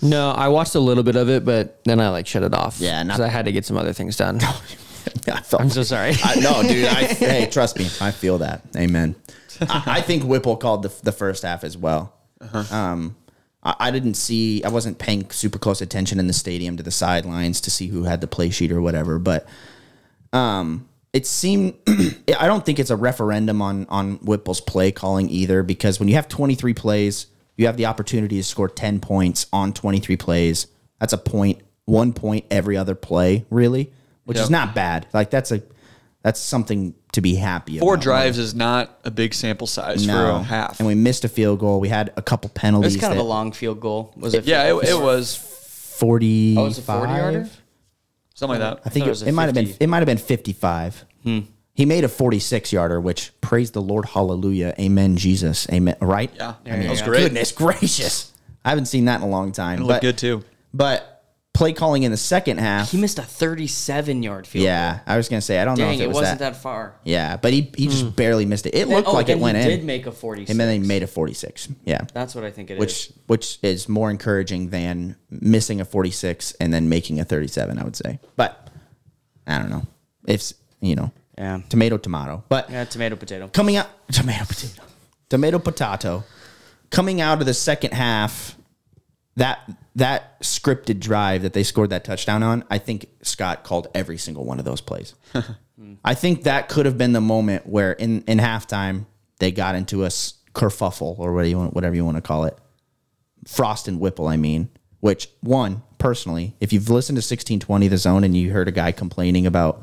Speaker 2: No, I watched a little bit of it, but then I like shut it off.
Speaker 1: Yeah, not-
Speaker 2: 'Cause I had to get some other things done.
Speaker 1: I felt
Speaker 2: I'm so sorry.
Speaker 1: I, no, dude. I, hey, trust me. I feel that. Amen. I, I think Whipple called the, the first half as well. Um, I, I didn't see. I wasn't paying super close attention in the stadium to the sidelines to see who had the play sheet or whatever. But um, it seemed. I don't think it's a referendum on on Whipple's play calling either, because when you have 23 plays, you have the opportunity to score 10 points on 23 plays. That's a point, one point every other play, really, which is
Speaker 3: Yep.
Speaker 1: not bad. Like that's a that's something to be happy
Speaker 3: Four
Speaker 1: about.
Speaker 3: drives is not a big sample size for
Speaker 1: No.
Speaker 3: a half.
Speaker 1: and we missed a field goal. We had a couple penalties.
Speaker 4: It's kind of
Speaker 1: that-
Speaker 4: a long field goal. Was it?
Speaker 3: yeah, it, it was
Speaker 1: 45.
Speaker 4: Oh, it's a forty-yarder.
Speaker 3: something like
Speaker 1: I
Speaker 3: that.
Speaker 1: think
Speaker 4: thought it
Speaker 1: it,
Speaker 4: Hmm. was a
Speaker 1: it might have been
Speaker 4: 50.
Speaker 1: it might have been 55. He made a 46 yarder, which praise the Lord, hallelujah, amen, Jesus, amen. Right?
Speaker 3: Yeah.
Speaker 1: I mean,
Speaker 4: That was
Speaker 3: great.
Speaker 1: Goodness gracious, I haven't seen that in a long time.
Speaker 3: It
Speaker 1: but
Speaker 3: looked good too.
Speaker 1: But play calling in the second half.
Speaker 4: He missed a thirty-seven yard field.
Speaker 1: yeah, I was gonna say I don't
Speaker 4: goal.
Speaker 1: know
Speaker 4: Dang,
Speaker 1: if
Speaker 4: it,
Speaker 1: it, was
Speaker 4: wasn't that, far.
Speaker 1: Yeah, but he he just barely missed it. It looked
Speaker 4: oh,
Speaker 1: like
Speaker 4: then
Speaker 1: it went
Speaker 4: he
Speaker 1: in,
Speaker 4: did make a forty-six.
Speaker 1: and then he made a 46. Yeah.
Speaker 4: That's what I think it is.
Speaker 1: which which is more encouraging than missing a 46 and then making a 37 i would say but i don't know if you know
Speaker 4: Yeah.
Speaker 1: tomato tomato but
Speaker 4: Yeah, tomato potato.
Speaker 1: coming out tomato potato tomato potato coming out of the second half that that scripted drive that they scored that touchdown on i think scott called every single one of those plays i think that could have been the moment where in in halftime they got into a s- kerfuffle or whatever you want whatever you want to call it frost and whipple i mean which one personally if you've listened to 1620 the zone and you heard a guy complaining about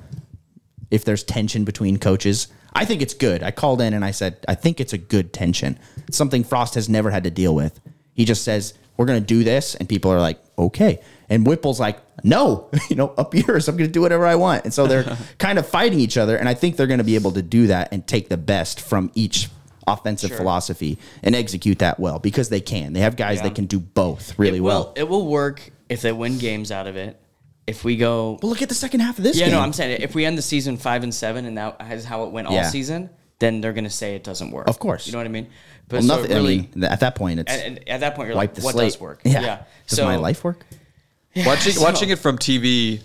Speaker 1: if there's tension between coaches. I think it's good. I called in and I said, I think it's a good tension. It's something Frost has never had to deal with. He just says, We're going to do this. And people are like, Okay. And Whipple's like, No, you know, up yours. I'm going to do whatever I want. And so they're kind of fighting each other. And I think they're going to be able to do that and take the best from each offensive philosophy and execute that well because they can. They have guys that can do both really well.
Speaker 4: Well, it will work if they win games out of it. If we go,
Speaker 1: Well, look at the second half of this
Speaker 4: yeah,
Speaker 1: game.
Speaker 4: no, I'm saying if we end the season five and seven, and that is how it went all
Speaker 1: Yeah.
Speaker 4: season, then they're gonna say it doesn't work.
Speaker 1: Of course.
Speaker 4: you know what I mean. But
Speaker 1: Well,
Speaker 4: so it
Speaker 1: nothing,
Speaker 4: really,
Speaker 1: I mean, th- at that point, it's
Speaker 4: and, and at that point, you're
Speaker 1: wipe
Speaker 4: like,
Speaker 1: the
Speaker 4: what
Speaker 1: slate.
Speaker 4: does work?
Speaker 1: Yeah. Does
Speaker 4: So
Speaker 1: my life work?
Speaker 3: Watching
Speaker 4: so-
Speaker 3: watching it from TV,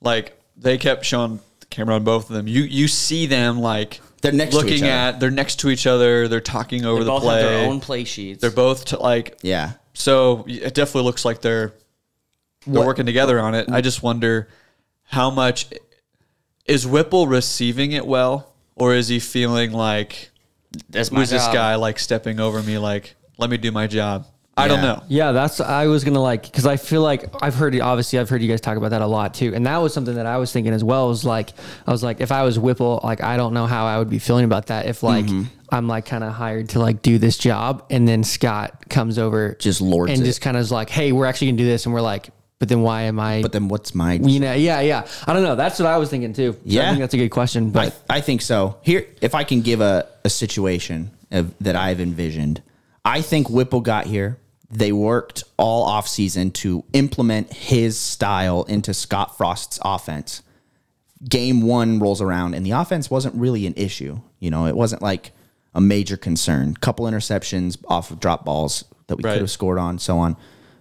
Speaker 3: like they kept showing the camera on both of them. You you see them like
Speaker 1: They're next to each
Speaker 3: looking
Speaker 1: other.
Speaker 3: at they're next to each other. They're talking over
Speaker 4: They
Speaker 3: the
Speaker 4: both
Speaker 3: play.
Speaker 4: have their own play sheets.
Speaker 3: They're both t- like
Speaker 1: Yeah.
Speaker 3: So it definitely looks like they're they're working together on it. I just wonder how much is Whipple receiving it well, or is he feeling like
Speaker 4: That's my
Speaker 3: who's this
Speaker 4: job.
Speaker 3: guy like stepping over me? Like let me do my job. I don't
Speaker 1: Yeah.
Speaker 3: know.
Speaker 2: Yeah, that's I was gonna like because I feel like I've heard obviously I've heard you guys talk about that a lot too, and that was something that I was thinking as well. Was like I was like if I was Whipple, like I don't know how I would be feeling about that if like
Speaker 1: Mm-hmm.
Speaker 2: I'm like kind of hired to like do this job, and then Scott comes over
Speaker 1: Just lords
Speaker 2: and
Speaker 1: it.
Speaker 2: just kind of is like, hey, we're actually gonna do this, and we're like, but then why am I?
Speaker 1: But then what's my
Speaker 2: you know, yeah, yeah. I don't know. That's what I was thinking too. So I
Speaker 1: Yeah.
Speaker 2: think that's a good question. But
Speaker 1: I, I think so. Here, if I can give a, a situation of, that I've envisioned, I think Whipple got here. They worked all offseason to implement his style into Scott Frost's offense. Game one rolls around, and the offense wasn't really an issue. You know, it wasn't like a major concern. Couple interceptions off of drop balls that we
Speaker 3: Right.
Speaker 1: could have scored on, so on.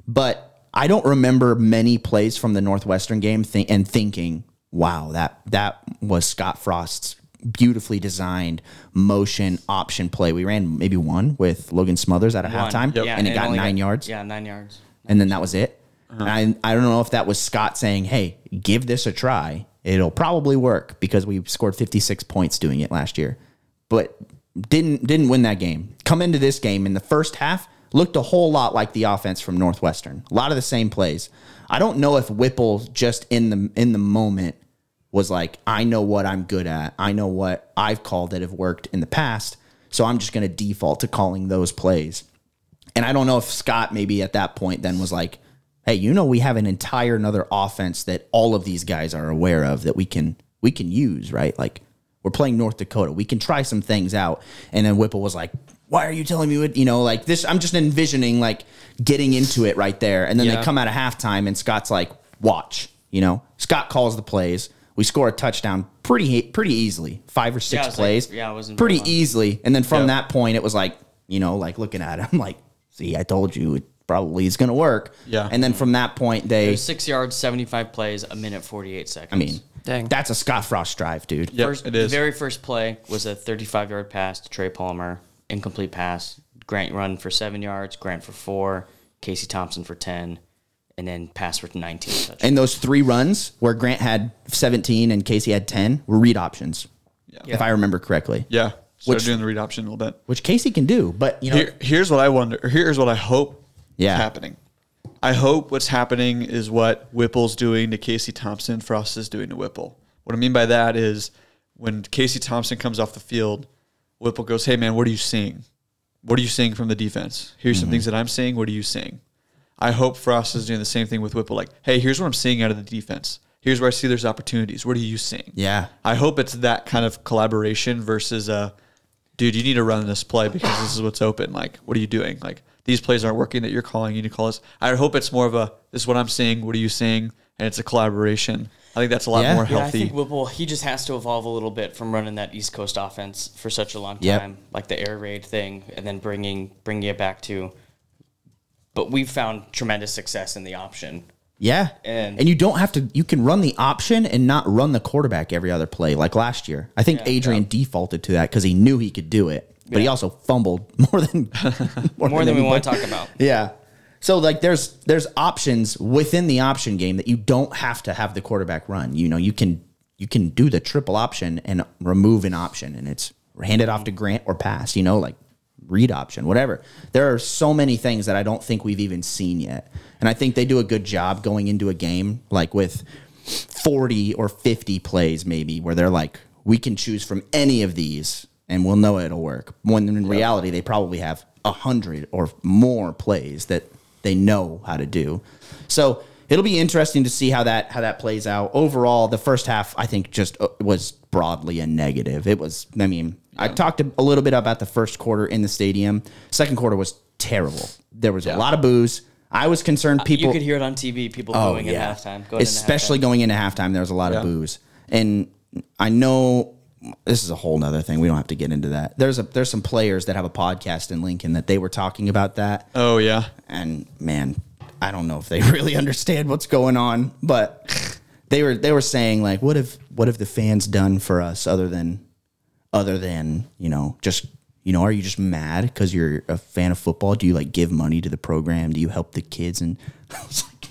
Speaker 1: But I don't remember many plays from the Northwestern game thi- and thinking, wow, that that was Scott Frost's beautifully designed motion option play. We ran maybe one with Logan Smothers at a
Speaker 4: One.
Speaker 1: halftime,
Speaker 4: Yeah,
Speaker 1: and it got
Speaker 4: only
Speaker 1: nine yards,
Speaker 4: Yeah, nine yards.
Speaker 1: and then that was it. And I I don't know if that was Scott saying, hey, give this a try. It'll probably work because we scored 56 points doing it last year, but didn't didn't win that game. Come into this game in the first half looked a whole lot like the offense from Northwestern. A lot of the same plays. I don't know if Whipple just in the in the moment was like, I know what I'm good at. I know what I've called that have worked in the past. So I'm just going to default to calling those plays. And I don't know if Scott maybe at that point then was like, hey, you know we have an entire another offense that all of these guys are aware of that we can we can use, right? Like we're playing North Dakota. We can try some things out. And then Whipple was like, Why are you telling me what you know, like this I'm just envisioning like getting into it right there. And then
Speaker 2: Yeah.
Speaker 1: they come out of halftime and Scott's like, watch, you know? Scott calls the plays. We score a touchdown pretty pretty easily. Five or
Speaker 4: Yeah, I
Speaker 1: six
Speaker 4: was like-
Speaker 1: plays.
Speaker 4: yeah, I wasn't
Speaker 1: pretty
Speaker 4: very-
Speaker 1: easily. And then from
Speaker 3: Yeah.
Speaker 1: that point, it was like, you know, like looking at it, I'm like, see, I told you it probably is going to work.
Speaker 3: Yeah.
Speaker 1: And then from that point, they,
Speaker 4: Six yards, 75 plays, a minute, 48 seconds.
Speaker 1: I mean,
Speaker 2: Dang.
Speaker 1: that's a Scott Frost drive, dude.
Speaker 3: Yep,
Speaker 4: first,
Speaker 3: it is.
Speaker 4: The very first play was a 35 yard pass to Trey Palmer, incomplete pass. Grant run for seven yards, Grant for four, Casey Thompson for 10, and then pass for 19 touchdowns.
Speaker 1: And those three runs where Grant had 17 and Casey had 10 were read options, if I remember correctly,
Speaker 3: Yeah. Start
Speaker 1: Which-
Speaker 3: doing the read option a little bit.
Speaker 1: which Casey can do. But, you know,
Speaker 3: Here, here's what I wonder. or Here's what I hope
Speaker 1: Yeah.
Speaker 3: is happening. I hope what's happening is what Whipple's doing to Casey Thompson, Frost is doing to Whipple. What I mean by that is when Casey Thompson comes off the field, Whipple goes, Hey, man, what are you seeing? What are you seeing from the defense? Here's
Speaker 1: Mm-hmm.
Speaker 3: some things that I'm seeing. What are you seeing? I hope Frost is doing the same thing with Whipple. Like, hey, here's what I'm seeing out of the defense. Here's where I see there's opportunities. What are you seeing?
Speaker 1: Yeah.
Speaker 3: I hope it's that kind of collaboration versus a dude, you need to run this play because this is what's open. Like, what are you doing? Like, these plays aren't working that you're calling. You need to call us. I hope it's more of a this is what I'm seeing. What are you seeing? And it's a collaboration. I think that's a lot
Speaker 1: Yeah.
Speaker 3: more
Speaker 1: Yeah,
Speaker 4: Yeah, I
Speaker 3: healthy.
Speaker 4: think Whipple he just has to evolve a little bit from running that East Coast offense for such a long
Speaker 1: Yep.
Speaker 4: time, like the air raid thing, and then bringing bringing it back to. But we've found tremendous success in the option.
Speaker 1: Yeah. And,
Speaker 4: And-
Speaker 1: you don't have to, you can run the option and not run the quarterback every other play like last year. I think Adrian defaulted to that because he knew he could do it, but he
Speaker 4: Yeah.
Speaker 1: also fumbled more than, more,
Speaker 4: More than
Speaker 1: anybody.
Speaker 4: we want to talk about.
Speaker 1: Yeah. So like there's there's options within the option game that you don't have to have the quarterback run. You know, you can you can do the triple option and remove an option and it's hand it off to Grant or pass, you know, like read option, whatever. There are so many things that I don't think we've even seen yet. And I think they do a good job going into a game like with 40 or 50 plays maybe where they're like we can choose from any of these and we'll know it'll work when in reality they probably have 100 or more plays that they know how to do so it'll be interesting to see how that how that plays out overall the first half i think just uh, was broadly a negative it was i mean i talked a little bit about the first quarter in the stadium second quarter was terrible there was a lot of booze i was concerned people
Speaker 4: Uh,
Speaker 1: Oh,
Speaker 4: you could hear it on TV. People booing at halftime, going into
Speaker 1: Especially
Speaker 4: halftime.
Speaker 1: going into halftime, there was a lot of booze. And I know this is a whole nother thing. We don't have to get into that. There's a there's some players that have a podcast in Lincoln that they were talking about that.
Speaker 3: oh yeah,
Speaker 1: And man, I don't know if they really understand what's going on, but they were they were saying like, what if what have the fans done for us other than other than you know just you know are you just mad because you're a fan of football? Do you like give money to the program? Do you help the kids? And I was like,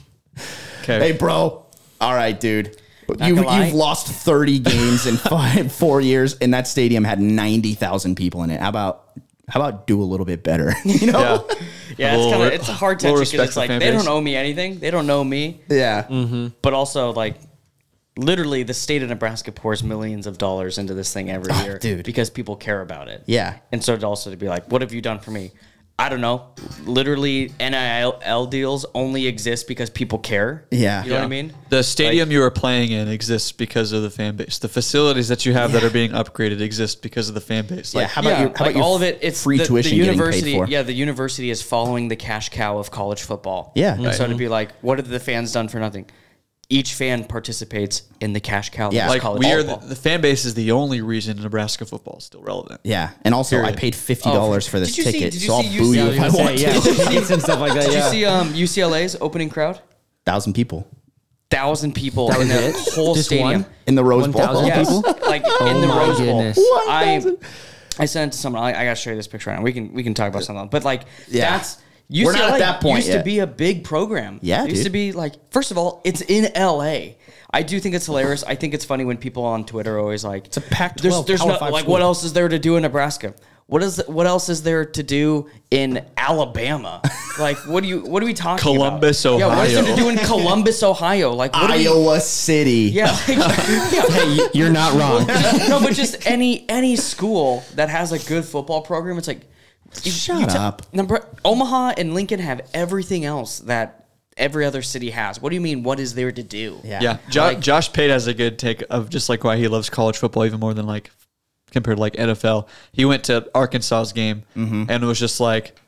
Speaker 3: okay.
Speaker 1: Hey, bro. All right, dude. You,
Speaker 4: gonna lie.
Speaker 1: you've lost 30 games in five, four years, and that stadium had 90,000 people in it. How about how about do a little bit better? You know?
Speaker 3: yeah,
Speaker 4: yeah, it's
Speaker 3: Little
Speaker 4: kind of
Speaker 3: re-
Speaker 4: it's a hard
Speaker 3: little
Speaker 4: tension because
Speaker 3: respect
Speaker 4: it's
Speaker 3: for
Speaker 4: like
Speaker 3: fan
Speaker 4: they
Speaker 3: base.
Speaker 4: don't owe me anything. They don't know me,
Speaker 1: Yeah.
Speaker 4: but also like. Literally, the state of Nebraska pours millions of dollars into this thing
Speaker 3: Ah,
Speaker 4: every year,
Speaker 1: dude.
Speaker 4: because people care about it.
Speaker 1: Yeah.
Speaker 4: And so to also to be like, what have you done for me? I don't know. Literally, NIL deals only exist because people care.
Speaker 1: Yeah.
Speaker 4: You know what
Speaker 1: Yeah.
Speaker 4: I mean?
Speaker 3: The stadium you are playing in exists because of the fan base. The facilities that you have that are being upgraded exist because of the fan base.
Speaker 1: Yeah.
Speaker 3: Like,
Speaker 1: How about your, how
Speaker 4: like
Speaker 1: about your
Speaker 4: all of it. It's
Speaker 1: free
Speaker 4: the,
Speaker 1: tuition
Speaker 4: the university.
Speaker 1: getting paid for?
Speaker 4: Yeah, the university is following the cash cow of college football.
Speaker 1: Yeah.
Speaker 4: And
Speaker 1: Right.
Speaker 4: so to be like, what have the fans done for nothing? Each fan participates in the cash cow.
Speaker 1: Yeah.
Speaker 4: Yeah.
Speaker 1: Like,
Speaker 4: Like
Speaker 3: like
Speaker 4: college
Speaker 3: we are the,
Speaker 4: football.
Speaker 3: the fan base is the only reason Nebraska football is still relevant.
Speaker 1: Yeah. And also, I
Speaker 3: Period.
Speaker 1: paid $50
Speaker 4: Oh,
Speaker 1: for this
Speaker 4: did you see-
Speaker 1: ticket,
Speaker 4: did you
Speaker 1: so I'll
Speaker 4: see
Speaker 1: boo you if I
Speaker 4: UCLA?
Speaker 1: want
Speaker 2: yeah, tickets and stuff like that.
Speaker 4: Did
Speaker 2: yeah.
Speaker 4: you see um, UCLA's opening crowd?
Speaker 1: 1,000 people
Speaker 4: Thousand people in the whole
Speaker 2: Just
Speaker 4: stadium.
Speaker 2: one?
Speaker 1: in the Rose Bowl.
Speaker 2: 1,000
Speaker 1: Yeah.
Speaker 4: Yes,
Speaker 2: people?
Speaker 4: like
Speaker 1: Oh
Speaker 4: in the
Speaker 2: my
Speaker 4: Rose Bowl.
Speaker 2: goodness.
Speaker 4: I, I sent it to someone. I, I gotta show you this picture. Right now. We can we can talk about something. else. But like
Speaker 1: Yeah.
Speaker 4: that's UCLA
Speaker 1: We're not at that point
Speaker 4: used
Speaker 1: yet.
Speaker 4: to be a big program.
Speaker 1: Yeah,
Speaker 4: it used to
Speaker 1: dude.
Speaker 4: be like first of all, it's in LA. I do think it's hilarious. I think it's funny when people on Twitter are always like, "It's
Speaker 1: a Pac-12
Speaker 4: There's, there's
Speaker 1: Power
Speaker 4: no
Speaker 1: Five
Speaker 4: like
Speaker 1: school.
Speaker 4: what else is there to do in Nebraska? What is what else is there to do in Alabama? Like what do you what are we talking
Speaker 3: Columbus,
Speaker 4: about? Yeah, what is there to
Speaker 3: Ohio.
Speaker 4: do in Columbus, Ohio? Like what are we,
Speaker 1: Iowa City.
Speaker 4: yeah, like, yeah.
Speaker 2: You're not wrong.
Speaker 4: no, but just any any school that has a good football program, it's like you-
Speaker 1: Shut
Speaker 4: you ta-
Speaker 1: up.
Speaker 4: Nebra- Omaha and Lincoln have everything else that every other city has. What do you mean? What is there to do?
Speaker 5: Yeah.
Speaker 3: Yeah, jo-
Speaker 4: Like-
Speaker 3: Josh Pate has a good take of just like why he loves college football even more than like compared to like NFL. He went to Arkansas's game
Speaker 1: Mm-hmm.
Speaker 3: and was just like,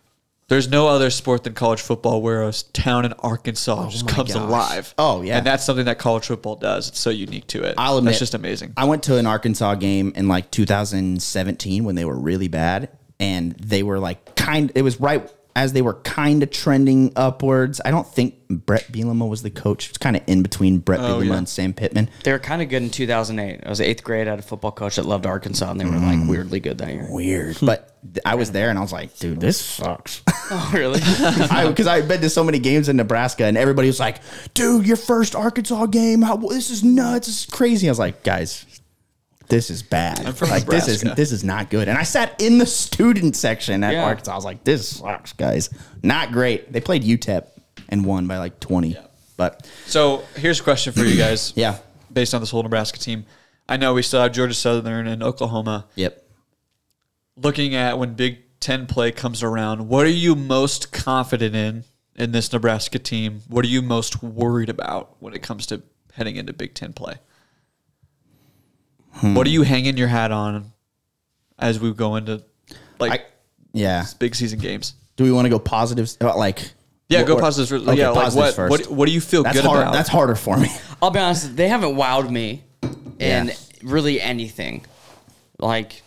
Speaker 3: "There's no other sport than college football where a s- town in Arkansas just comes alive."
Speaker 1: Oh, yeah.
Speaker 3: and that's something that college football does. It's so unique to it.
Speaker 1: I'll admit,
Speaker 3: that's just amazing.
Speaker 1: I went to an Arkansas game in like 2017 when they were really bad, and they were like kind. It was right as they were kind of trending upwards. I don't think Brett Bielema was the coach. It's kind of in between Brett Bielema
Speaker 3: yeah.
Speaker 1: and Sam Pittman.
Speaker 4: They were kind of good in 2008. I was eighth grade. I had a football coach that loved Arkansas, and they were like
Speaker 1: Mm.
Speaker 4: weirdly good that year.
Speaker 1: Weird, but th- I was there and I was like, dude, this sucks.
Speaker 4: Oh, really?
Speaker 1: Because I, have been to so many games in Nebraska, and everybody was like, dude, your first Arkansas game. How, this is nuts. This is crazy. I was like, guys. This is bad.
Speaker 3: I'm from
Speaker 1: like this is
Speaker 3: Nebraska.
Speaker 1: this is not good. And I sat in the student section at
Speaker 4: Yeah.
Speaker 1: Arkansas. I was like, this sucks, guys. Not great. They played UTEP and won by like 20. But
Speaker 3: So here's a question for you guys.
Speaker 1: Yeah.
Speaker 3: based on this whole Nebraska team, I know we still have Georgia Southern and Oklahoma.
Speaker 1: yep.
Speaker 3: looking at when Big Ten play comes around, what are you most confident in in this Nebraska team? What are you most worried about when it comes to heading into Big Ten play?
Speaker 1: Hmm.
Speaker 3: What are you hanging your hat on as we go into like
Speaker 1: Yeah.
Speaker 3: big season games?
Speaker 1: Do we want to go positives? uh, Like
Speaker 3: Yeah,
Speaker 1: what-
Speaker 3: go
Speaker 1: or-
Speaker 3: positives. First.
Speaker 1: okay,
Speaker 3: yeah, like
Speaker 1: positives
Speaker 3: what, what? What do you feel
Speaker 1: that's
Speaker 3: good
Speaker 1: hard.
Speaker 3: about?
Speaker 1: That's harder for me.
Speaker 4: I'll be honest. They haven't wowed me in
Speaker 1: Yeah.
Speaker 4: really anything. Like,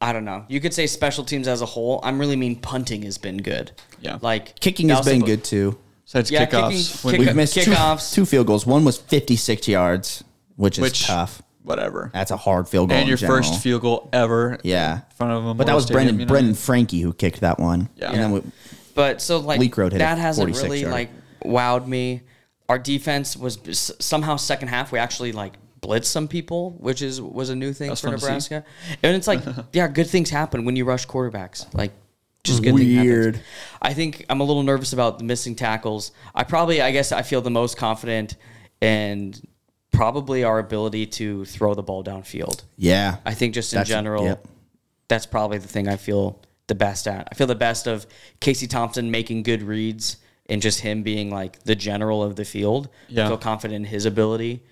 Speaker 4: I don't know. You could say special teams as a whole. I'm really mean. Punting has been good.
Speaker 3: Yeah.
Speaker 4: Like
Speaker 1: Kicking has
Speaker 4: Dallas-
Speaker 1: been good too.
Speaker 3: Besides
Speaker 4: yeah,
Speaker 3: kickoffs,
Speaker 4: kicking-
Speaker 3: when
Speaker 4: kick-
Speaker 3: we-
Speaker 1: We've missed two,
Speaker 4: Kickoffs.
Speaker 1: two field goals. One was 56 yards, which is
Speaker 3: which
Speaker 1: tough.
Speaker 3: whatever,
Speaker 1: That's a hard field goal.
Speaker 3: and
Speaker 1: in
Speaker 3: your
Speaker 1: general.
Speaker 3: first field goal ever.
Speaker 1: Yeah.
Speaker 3: in front of them.
Speaker 1: But that was Brendan Brendan Frankie who kicked that one.
Speaker 3: Yeah.
Speaker 1: And then we,
Speaker 4: But so like
Speaker 1: Leak Road hit
Speaker 4: that
Speaker 1: a
Speaker 4: hasn't
Speaker 1: 46
Speaker 4: really
Speaker 1: yarder.
Speaker 4: like wowed me. Our defense was s- somehow second half we actually like blitzed some people, which is was a new thing for
Speaker 3: fun to see.
Speaker 4: Nebraska. And it's like yeah, good things happen when you rush quarterbacks. Like just good
Speaker 1: Weird.
Speaker 4: Weird. I think I'm a little nervous about the missing tackles. I probably I guess I feel the most confident and probably our ability to throw the ball downfield.
Speaker 1: yeah.
Speaker 4: I think just in
Speaker 1: That's-
Speaker 4: general,
Speaker 1: yep.
Speaker 4: that's probably the thing I feel the best at. I feel the best of Casey Thompson making good reads and just him being like the general of the field.
Speaker 3: Yeah.
Speaker 4: I feel confident in his ability.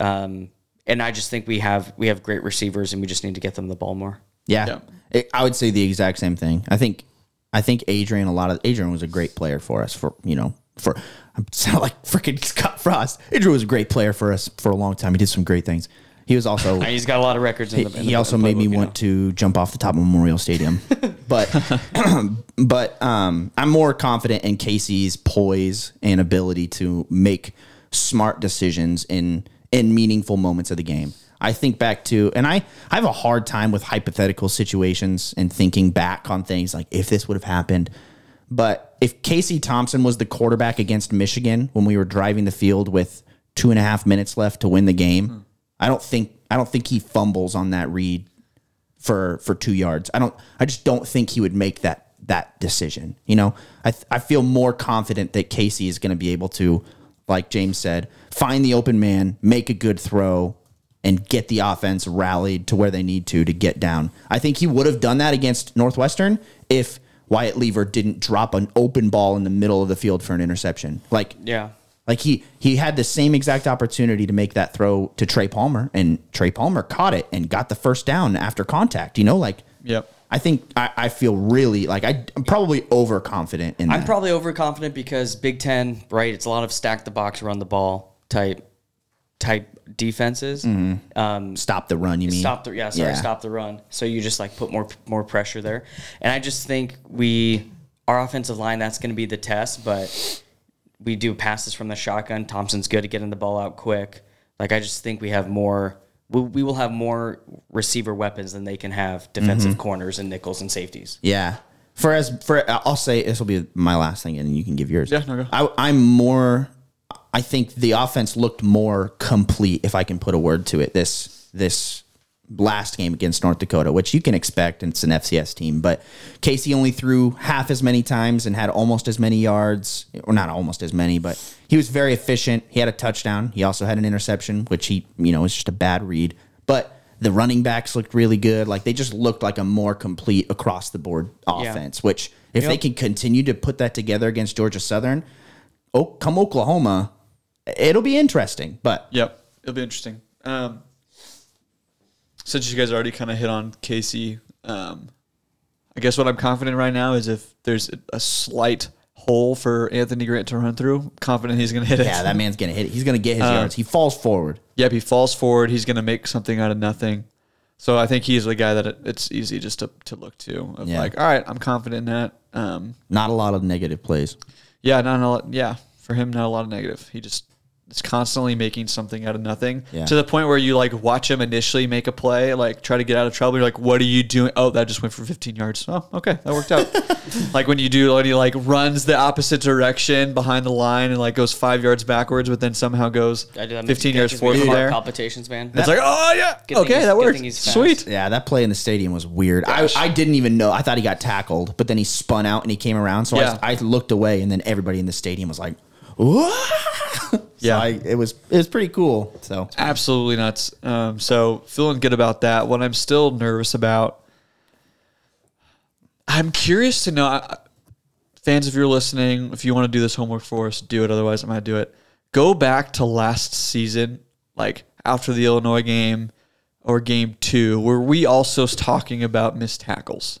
Speaker 4: Um, and I just think we have we have great receivers and we just need to get them the ball more.
Speaker 1: Yeah.
Speaker 3: Yeah.
Speaker 1: It- I would say the exact same thing. I think I think Adrian a lot of Adrian was a great player for us for, you know, for I sound like freaking Scott Frost. Adrian was a great player for us for a long time. He did some great things. He was also
Speaker 4: He's got a lot of records in the in
Speaker 1: he
Speaker 4: the
Speaker 1: also made
Speaker 4: playbook,
Speaker 1: me
Speaker 4: you know.
Speaker 1: want to jump off the top of Memorial Stadium. but but um, I'm more confident in Casey's poise and ability to make smart decisions in in meaningful moments of the game. I think back to and I I have a hard time with hypothetical situations and thinking back on things like if this would have happened. But if Casey Thompson was the quarterback against Michigan when we were driving the field with two and a half minutes left to win the game, I don't think I don't think he fumbles on that read for for two yards. I don't. I just don't think he would make that that decision. You know, I th- I feel more confident that Casey is going to be able to, like James said, find the open man, make a good throw, and get the offense rallied to where they need to to get down. I think he would have done that against Northwestern if Wyatt Lever didn't drop an open ball in the middle of the field for an interception. Like
Speaker 4: Yeah.
Speaker 1: like he he had the same exact opportunity to make that throw to Trey Palmer, and Trey Palmer caught it and got the first down after contact. You know, like
Speaker 3: Yep.
Speaker 1: I think I, I feel really like I, I'm probably overconfident in
Speaker 4: I'm
Speaker 1: that.
Speaker 4: probably overconfident because Big Ten, right? It's a lot of stack the box, run the ball type type defenses.
Speaker 1: Mm-hmm. stop the run. You mean
Speaker 3: Mm-hmm.
Speaker 4: stop the yeah sorry
Speaker 1: Yeah.
Speaker 4: stop the run so you just like put more more pressure there and i just think we our offensive line that's going to be the test but we do passes from the shotgun thompson's good at getting the ball out quick like i just think we have more we, we will have more receiver weapons than they can have defensive
Speaker 3: Mm-hmm.
Speaker 4: corners and nickels and safeties
Speaker 1: Yeah. For as for I'll say this will be my last thing, and you can give yours.
Speaker 3: Yeah, no, go.
Speaker 1: I, I'm more. I think the offense looked more complete, if I can put a word to it. This this last game against North Dakota, which you can expect, and it's an FCS team, but Casey only threw half as many times and had almost as many yards, or not almost as many, but he was very efficient. He had a touchdown. He also had an interception, which he you know is just a bad read, but the running backs looked really good. Like they just looked like a more complete across the board offense, which If they can continue to put that together against Georgia Southern, oh, come Oklahoma, it'll be interesting. But
Speaker 3: Yep, it'll be interesting. Um, since you guys already kind of hit on Casey, um, I guess what I'm confident right now is if there's a slight hole for Anthony Grant to run through, I'm confident he's going to hit it.
Speaker 1: yeah, that man's gonna hit it. He's gonna get his yards. He falls forward.
Speaker 3: Yep, he falls forward. He's going to make something out of nothing. So I think he's the guy that it, it's easy just to, to look to. Of
Speaker 1: Yeah.
Speaker 3: Like, all right, I'm confident in that. Um,
Speaker 1: Not a lot of negative plays.
Speaker 3: yeah, not a lot. Yeah, for him, not a lot of negative. He just is constantly making something out of nothing
Speaker 1: Yeah.
Speaker 3: to the point where you like watch him initially make a play, like try to get out of trouble. You're like, what are you doing? Oh, that just went for 15 yards. Oh, okay, that worked out. like when you do, when he like runs the opposite direction behind the line and like goes five yards backwards, but then somehow goes
Speaker 4: I do that
Speaker 3: 15
Speaker 4: that
Speaker 3: yards
Speaker 4: gives me
Speaker 3: forward from
Speaker 4: heart
Speaker 3: there.
Speaker 4: Palpitations, man.
Speaker 3: It's like, oh yeah,
Speaker 4: Good thing
Speaker 3: okay,
Speaker 4: he's-
Speaker 3: that
Speaker 4: good
Speaker 3: worked.
Speaker 4: thing he's fast.
Speaker 3: Sweet.
Speaker 1: Yeah, that play in the stadium was weird. I, I didn't even know. I thought he got tackled, but then he spun out and he came around. So
Speaker 3: Yeah.
Speaker 1: I, I looked away, and then everybody in the stadium was like, "Whoa!" So
Speaker 3: Yeah.
Speaker 1: I, it was it was pretty cool. So
Speaker 3: Absolutely nuts. Um, so feeling good about that. What I'm still nervous about, I'm curious to know, I- fans, if you're listening, if you want to do this homework for us, do it. Otherwise, I'm going to do it. Go back to last season, like after the Illinois game or game two, were we also talking about missed tackles?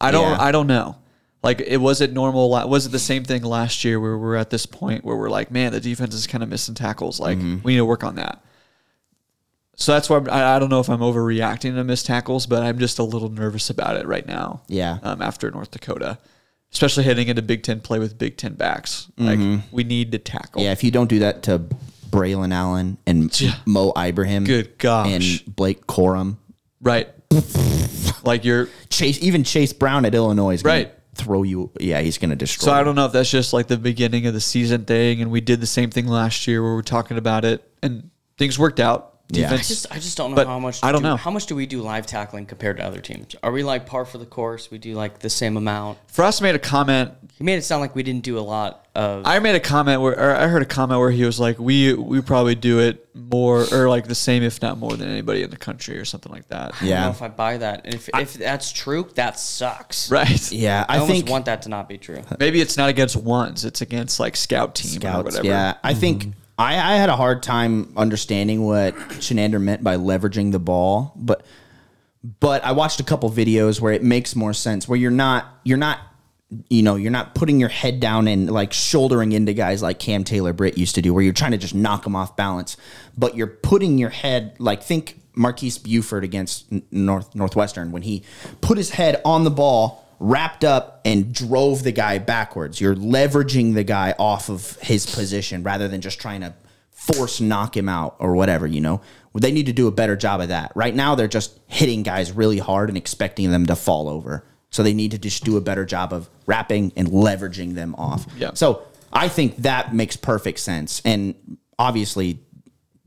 Speaker 3: I don't.
Speaker 1: Yeah.
Speaker 3: I don't know. Like, it was it normal? la- Was it the same thing last year where we're at this point where we're like, man, the defense is kind of missing tackles. Like, we need to work on that. So that's why I'm- I, I don't know if I'm overreacting to missed tackles, but I'm just a little nervous about it right now.
Speaker 1: Yeah.
Speaker 3: Um, after North Dakota, especially heading into Big Ten play with Big Ten backs, like we need to tackle.
Speaker 1: Mm-hmm. yeah, if you don't do that to Braylon Allen and Mo Ibrahim,
Speaker 3: Good gosh.
Speaker 1: and Blake Corum,
Speaker 3: Right. like you're.
Speaker 1: Chase even Chase Brown at Illinois, is gonna
Speaker 3: Right.
Speaker 1: Throw you, yeah, he's gonna destroy.
Speaker 3: So I
Speaker 1: you.
Speaker 3: don't know if that's just like the beginning of the season thing, and we did the same thing last year where we're talking about it, and things worked out.
Speaker 1: Yeah.
Speaker 3: Defense.
Speaker 1: I
Speaker 4: I just I just don't know
Speaker 3: But
Speaker 4: how much
Speaker 3: I don't
Speaker 4: do-
Speaker 3: know.
Speaker 4: how much do we do live tackling compared to other teams. Are we like par for the course? We do like the same amount.
Speaker 3: Frost made a comment
Speaker 4: He made it sound like we didn't do a lot of.
Speaker 3: I made a comment where or I heard a comment where he was like, "We we probably do it more or like the same, if not more, than anybody in the country or something like that."
Speaker 4: I don't
Speaker 1: yeah.
Speaker 4: know if I buy that. And if if that's true, that sucks.
Speaker 3: Right.
Speaker 1: yeah, I,
Speaker 4: I, almost
Speaker 1: think
Speaker 4: want that to not be true.
Speaker 3: Maybe it's not against ones; it's against like scout team or
Speaker 1: Scouts,
Speaker 3: whatever.
Speaker 1: Yeah, I think I, I had a hard time understanding what Shenander meant by leveraging the ball, but but I watched a couple videos where it makes more sense. Where you're not you're not you know you're not putting your head down and like shouldering into guys like Cam Taylor Britt used to do, where you're trying to just knock them off balance, but you're putting your head like think Marquise Buford against N- North Northwestern when he put his head on the ball. Wrapped up and drove the guy backwards. You're leveraging the guy off of his position rather than just trying to force knock him out or whatever, you know. They need to do a better job of that. Right now they're just hitting guys really hard and expecting them to fall over. So they need to just do a better job of wrapping and leveraging them off.
Speaker 3: Yeah.
Speaker 1: So I think that makes perfect sense. And obviously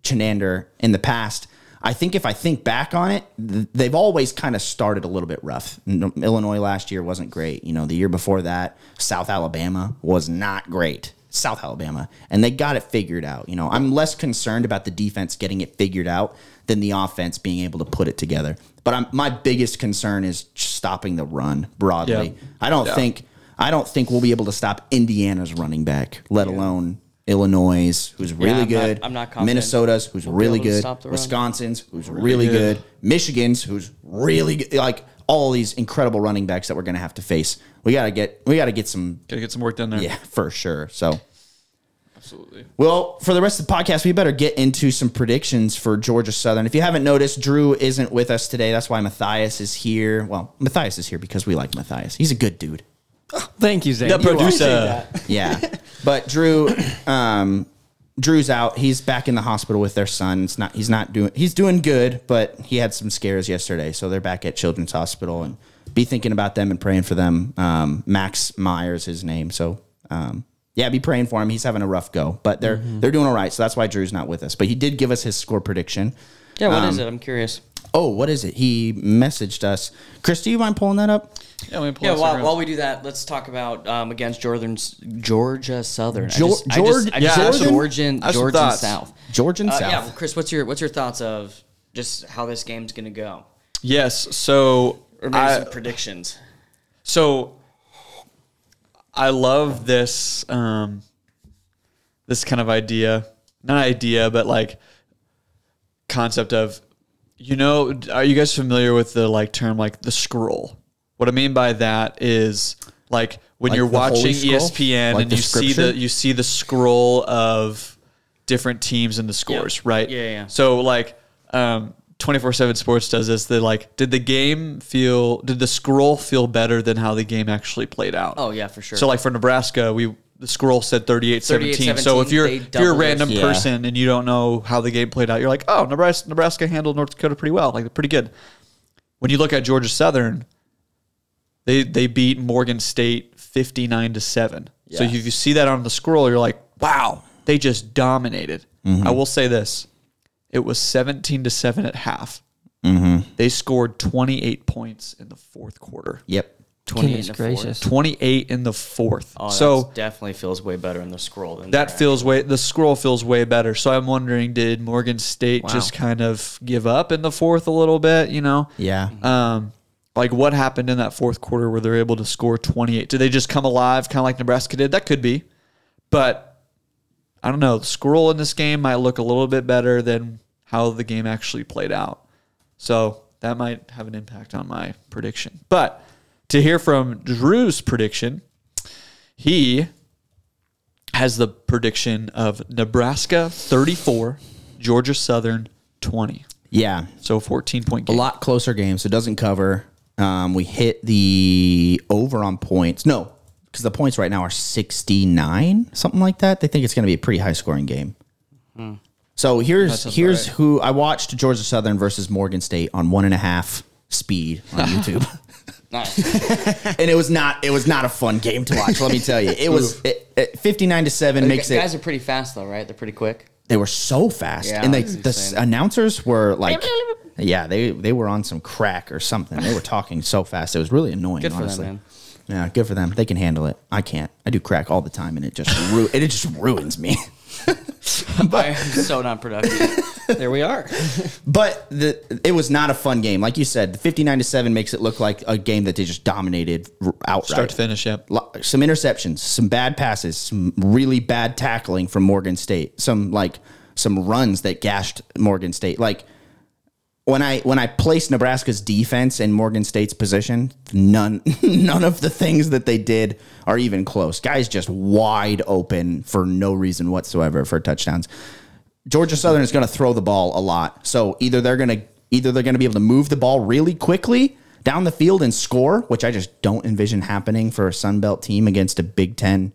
Speaker 1: Chenander in the past. I think if I think back on it, th- they've always kind of started a little bit rough. N- Illinois last year wasn't great. You know, the year before that, South Alabama was not great. South Alabama, and they got it figured out. You know, I'm less concerned about the defense getting it figured out than the offense being able to put it together. But I'm, my biggest concern is stopping the run broadly.
Speaker 3: Yeah.
Speaker 1: I don't
Speaker 3: Yeah.
Speaker 1: think I don't think we'll be able to stop Indiana's running back, let alone Illinois, who's really
Speaker 4: I'm not-
Speaker 1: good.
Speaker 4: I'm not confident.
Speaker 1: Minnesota's, who's
Speaker 4: We'll be
Speaker 1: really
Speaker 4: able to
Speaker 1: good.
Speaker 4: stop the run.
Speaker 1: Wisconsin's, who's really good. Michigan's, who's really good. Like all these incredible running backs that we're gonna have to face. We gotta get. We gotta get some.
Speaker 3: Gotta get some work done there.
Speaker 1: Yeah, for sure. So.
Speaker 3: Absolutely.
Speaker 1: Well, for the rest of the podcast, we better get into some predictions for Georgia Southern. If you haven't noticed, Drew isn't with us today. That's why Matthias is here. Well, Matthias is here because we like Matthias. He's a good dude.
Speaker 2: Thank you, Zane.
Speaker 3: The
Speaker 2: You are-
Speaker 3: producer.
Speaker 1: Yeah. but Drew um Drew's out. He's back in the hospital with their son. It's not he's not doing he's doing good, but he had some scares yesterday. So they're back at Children's Hospital and be thinking about them and praying for them. Um Max Myers his name. So um yeah, be praying for him. He's having a rough go, but they're
Speaker 4: Mm-hmm.
Speaker 1: they're doing all right. So that's why Drew's not with us. But he did give us his score prediction.
Speaker 4: Yeah, what is
Speaker 3: Um,
Speaker 4: it? I'm curious.
Speaker 1: Oh, what is it? He messaged us. Chris, do you mind pulling that up?
Speaker 3: Yeah, we can pull
Speaker 4: Yeah,
Speaker 3: us
Speaker 4: while,
Speaker 3: around.
Speaker 4: while we do that, let's talk about um, against Jordan's Georgia Southern.
Speaker 1: Geor-
Speaker 4: I just, I just, I just
Speaker 3: George-
Speaker 4: said
Speaker 3: yeah,
Speaker 4: Georgian,
Speaker 3: I have some
Speaker 4: Georgian
Speaker 3: thoughts.
Speaker 4: South.
Speaker 1: Georgian
Speaker 4: Uh,
Speaker 1: South.
Speaker 4: Yeah, well, Chris, what's your what's your thoughts of just how this game's gonna go,
Speaker 3: yes. So
Speaker 4: or maybe
Speaker 3: I,
Speaker 4: some predictions?
Speaker 3: so I love this um, this kind of idea, not idea, but like concept of you know, are you guys familiar with the like term like the scroll? What I mean by that is like when
Speaker 1: Like
Speaker 3: you're
Speaker 1: the holy
Speaker 3: watching E
Speaker 1: scroll?
Speaker 3: ESPN
Speaker 1: Like
Speaker 3: and
Speaker 1: the
Speaker 3: you see the
Speaker 1: scripture?
Speaker 3: you see the scroll of different teams and the scores, right?
Speaker 4: Yeah, yeah.
Speaker 3: So like um 24/7 Sports does this. They like did the game feel did the scroll feel better than how the game actually played out?
Speaker 4: Oh, yeah, for sure.
Speaker 3: So like for Nebraska, we the scroll said 38-17. So if you're
Speaker 4: they
Speaker 3: if you're a
Speaker 4: doubled it.
Speaker 3: random
Speaker 1: Yeah.
Speaker 3: person and you don't know how the game played out, you're like, "Oh, Nebraska Nebraska handled North Dakota pretty well. Like they're pretty good." When you look at Georgia Southern, they they beat Morgan State 59 to 7. So if you see that on the scroll, you're like, wow, they just dominated. I will say this. It was 17 to 7 at half. They scored 28 points in the fourth quarter.
Speaker 1: Yep.
Speaker 4: 28
Speaker 2: Goodness
Speaker 4: and a fourth.
Speaker 2: gracious.
Speaker 3: 28 in the fourth.
Speaker 4: Oh,
Speaker 3: so
Speaker 4: so definitely feels way better in the scroll than
Speaker 3: that
Speaker 4: the-
Speaker 3: feels way the scroll feels way better. So I'm wondering did Morgan State just kind of give up in the fourth a little bit, you know?
Speaker 1: Yeah. Uh,
Speaker 3: Um like what happened in that fourth quarter where they're able to score 28? Did they just come alive kind of like Nebraska did? That could be. But I don't know, the scroll in this game might look a little bit better than how the game actually played out. So that might have an impact on my prediction. But to hear from Drew's prediction, he has the prediction of Nebraska 34, Georgia Southern 20.
Speaker 1: Yeah.
Speaker 3: So 14 point
Speaker 1: A
Speaker 3: game.
Speaker 1: lot closer game, so it doesn't cover. Um, we hit the over on points. No, because the points right now are 69, something like that. They think it's going to be a pretty high scoring game. So here's here's who I watched Georgia Southern versus Morgan State on one and a half speed on YouTube.
Speaker 4: Nice.
Speaker 1: and it was not it was not a fun game to watch. Let me tell you, it was it, it, fifty nine to seven
Speaker 4: The
Speaker 1: makes
Speaker 4: guys
Speaker 1: it.
Speaker 4: are pretty fast though, right? They're pretty quick.
Speaker 1: They were so fast,
Speaker 4: Yeah,
Speaker 1: and they,
Speaker 4: that's
Speaker 1: the s-
Speaker 4: insane.
Speaker 1: announcers were like, yeah, they they were on some crack or something. They were talking so fast, it was really annoying.
Speaker 4: Good for them,
Speaker 1: honestly.
Speaker 4: man.
Speaker 1: Yeah, good for them. They can handle it. I can't. I do crack all the time, and it just ru- and it just ruins me.
Speaker 4: I'm so not productive.
Speaker 2: there we are.
Speaker 1: But the it was not a fun game, like you said. Fifty nine to seven makes it look like a game that they just dominated r- outright.
Speaker 3: Start to finish, yep.
Speaker 1: lo- some interceptions, some bad passes, some really bad tackling from Morgan State, some like some runs that gashed Morgan State. Like when I when I placed Nebraska's defense in Morgan State's position, none none of the things that they did are even close. Guys just wide open for no reason whatsoever for touchdowns. Georgia Southern is going to throw the ball a lot. So either they're going to either they're going to be able to move the ball really quickly down the field and score, which I just don't envision happening for a Sun Belt team against a Big 10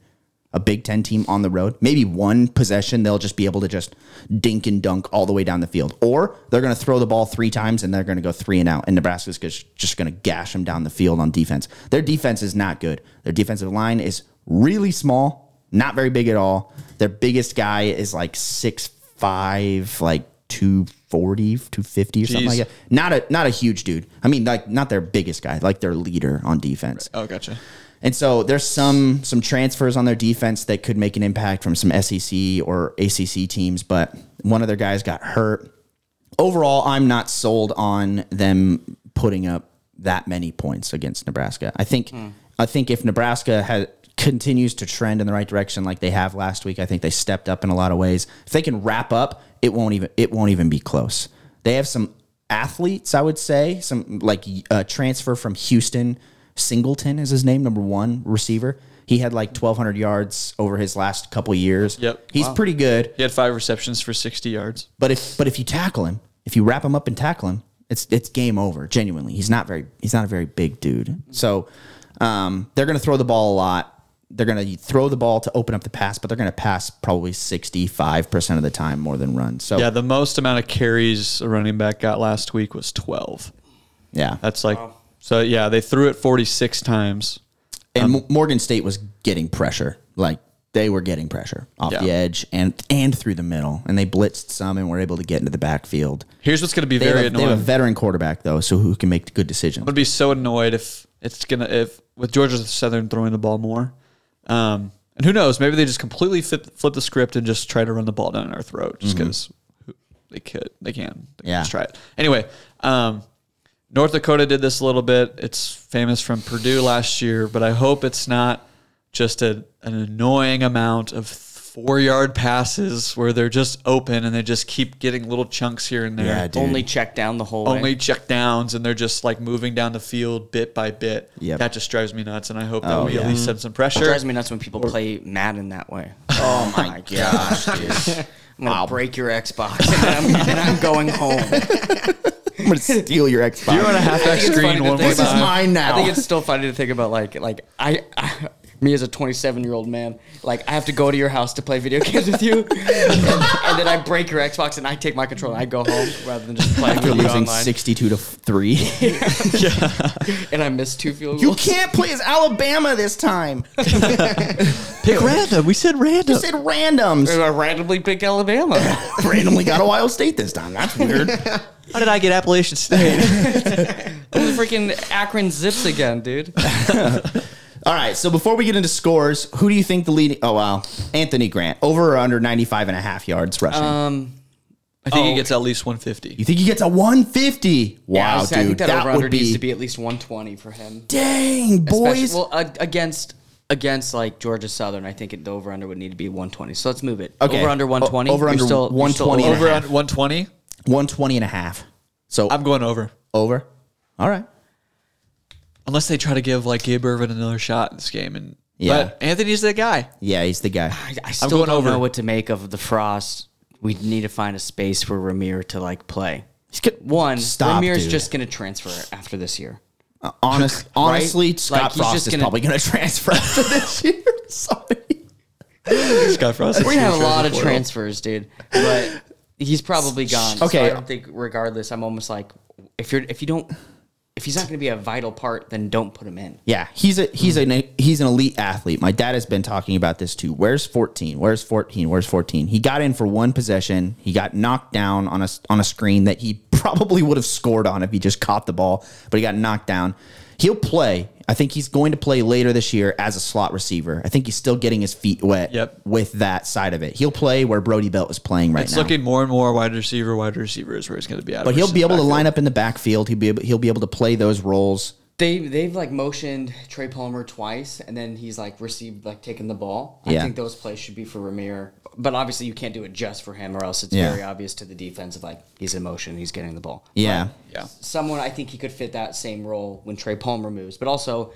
Speaker 1: a Big 10 team on the road. Maybe one possession they'll just be able to just dink and dunk all the way down the field. Or they're going to throw the ball 3 times and they're going to go 3 and out and Nebraska's just just going to gash them down the field on defense. Their defense is not good. Their defensive line is really small, not very big at all. Their biggest guy is like six five, like 240, 250 or something
Speaker 3: Jeez.
Speaker 1: like that. Not a not a huge dude. I mean, like not their biggest guy, like their leader on defense.
Speaker 3: Oh, gotcha.
Speaker 1: And so there's some some transfers on their defense that could make an impact from some SEC or ACC teams, but one of their guys got hurt. Overall, I'm not sold on them putting up that many points against Nebraska. I think I think if Nebraska has continues to trend in the right direction like they have last week, I think they stepped up in a lot of ways. If they can wrap up, it won't even it won't even be close. They have some athletes, I would say, some like uh, transfer from Houston. Singleton is his name, number one receiver. He had like 1,200 yards over his last couple years.
Speaker 3: Yep.
Speaker 1: he's pretty good.
Speaker 3: He had five receptions for 60 yards.
Speaker 1: But if but if you tackle him, if you wrap him up and tackle him, it's it's game over. Genuinely, he's not very he's not a very big dude. So um, they're going to throw the ball a lot. They're going to throw the ball to open up the pass, but they're going to pass probably 65 percent of the time more than run. So
Speaker 3: Yeah, the most amount of carries a running back got last week was 12.
Speaker 1: yeah.
Speaker 3: That's like, so yeah, they threw it 46 times.
Speaker 1: and Mo- Morgan State was getting pressure. Like they were getting pressure off
Speaker 3: Yeah.
Speaker 1: the edge and and through the middle, and they blitzed some and were able to get into the backfield.
Speaker 3: Here's what's going to be
Speaker 1: They,
Speaker 3: very
Speaker 1: have a, they
Speaker 3: annoying.
Speaker 1: have a veteran quarterback though, so who can make good decisions?
Speaker 3: I'm gonna be so annoyed if it's gonna if with Georgia Southern throwing the ball more, um, and who knows? Maybe they just completely flip, flip the script and just try to run the ball down our throat just because they could, they can, they
Speaker 1: Mm-hmm. Yeah.
Speaker 3: Can just try it anyway. Um, North Dakota did this a little bit. It's famous from Purdue last year, but I hope it's not just a, an annoying amount of four yard passes where they're just open and they just keep getting little chunks here and there.
Speaker 1: Yeah, dude.
Speaker 4: Only check down the hallway.
Speaker 3: Only check downs and they're just like moving down the field bit by bit.
Speaker 1: Yep. Oh,
Speaker 3: That just drives me nuts. And I hope that we at least have some
Speaker 4: It
Speaker 3: pressure.
Speaker 4: drives me nuts when people play Madden that way. Oh my gosh, dude. I'm gonna break your Xbox and I'm, and I'm going home.
Speaker 1: I'm gonna steal your Xbox.
Speaker 3: You're on a halfback
Speaker 4: It's funny
Speaker 3: screen
Speaker 4: to
Speaker 3: one more
Speaker 4: think
Speaker 1: this is
Speaker 4: about.
Speaker 3: time.
Speaker 1: mine now.
Speaker 4: I think it's still funny to think about like like I, I me as a 27 year old man like I have to go to your house to play video games with you, and, and then I break your Xbox and I take my controller and I go home rather than just playing
Speaker 1: After
Speaker 4: with you
Speaker 1: losing
Speaker 4: online.
Speaker 1: 62 to 3.
Speaker 4: And I miss two field
Speaker 1: you
Speaker 4: goals.
Speaker 1: can't play as Alabama this time.
Speaker 3: Pick random. We said random.
Speaker 1: You said randoms.
Speaker 4: And I randomly pick Alabama.
Speaker 1: Randomly got Ohio State this time. That's weird.
Speaker 3: How did I get Appalachian State?
Speaker 4: I'm freaking Akron zips again, dude.
Speaker 1: All right, so before we get into scores, who do you think the leading Oh wow, Anthony Grant over or under 95 and a half yards rushing.
Speaker 4: Um,
Speaker 3: I think he
Speaker 4: Oh.
Speaker 3: gets at least 150.
Speaker 1: you think he gets a 150? Wow,
Speaker 4: yeah, I was
Speaker 1: dude.
Speaker 4: saying, I think that,
Speaker 1: that
Speaker 4: over under
Speaker 1: would
Speaker 4: needs
Speaker 1: be,
Speaker 4: to be at least 120 for him.
Speaker 1: Dang, boys.
Speaker 4: Especially- well, ag- against against like Georgia Southern, I think it, the over under would need to be 120. So let's move it.
Speaker 1: Okay.
Speaker 4: Over under
Speaker 1: O-
Speaker 4: 120.
Speaker 1: over
Speaker 4: You're
Speaker 1: under
Speaker 4: still- you're still
Speaker 1: 120.
Speaker 4: over.
Speaker 3: Over on 120.
Speaker 1: 120 and a half. So
Speaker 3: I'm going over.
Speaker 1: over. All right.
Speaker 3: Unless they try to give like Gabe Irvin another shot in this game, and
Speaker 1: Yeah.
Speaker 3: but Anthony's the guy.
Speaker 1: Yeah, he's the guy.
Speaker 4: I, I still
Speaker 3: going
Speaker 4: don't
Speaker 3: over.
Speaker 4: know what to make of the frost. We need to find a space for Ramir to like play. One,
Speaker 1: Stop,
Speaker 4: Ramir's
Speaker 1: dude.
Speaker 4: just going to transfer after this year.
Speaker 1: Uh, Honest, honestly, Scott
Speaker 4: Like, he's
Speaker 1: Frost
Speaker 4: just
Speaker 1: is
Speaker 4: gonna-
Speaker 1: probably going to transfer after this year. Sorry.
Speaker 3: Scott Frost.
Speaker 4: We're gonna have a lot of transfers, dude. But he's probably gone. Okay.
Speaker 1: Okay.
Speaker 4: I don't think. Regardless, I'm almost like, if you're, if you don't, if he's not gonna be a vital part, then don't put him in.
Speaker 1: Yeah, he's a he's an he's an elite athlete. My dad has been talking about this too. Where's 14? Where's 14? Where's 14? He got in for one possession. He got knocked down on a on a screen that he probably would have scored on if he just caught the ball, but he got knocked down. He'll play. I think he's going to play later this year as a slot receiver. I think he's still getting his feet wet
Speaker 3: Yep.
Speaker 1: with that side of it. He'll play where Brody Belt is playing right
Speaker 3: It's
Speaker 1: now.
Speaker 3: looking more and more wide receiver, wide receiver is where it's going to be at.
Speaker 1: but he'll be able to line up in the backfield. He'll be able, he'll be able to play those roles.
Speaker 4: They they've like motioned Trey Palmer twice, and then he's like received like taking the ball. I
Speaker 1: Yeah.
Speaker 4: think those plays should be for Ramir, but obviously you can't do it just for him, or else it's
Speaker 1: Yeah.
Speaker 4: very obvious to the defense of like he's in motion, he's getting the ball.
Speaker 1: Yeah.
Speaker 3: Yeah,
Speaker 4: someone I think he could fit that same role when Trey Palmer moves. But also,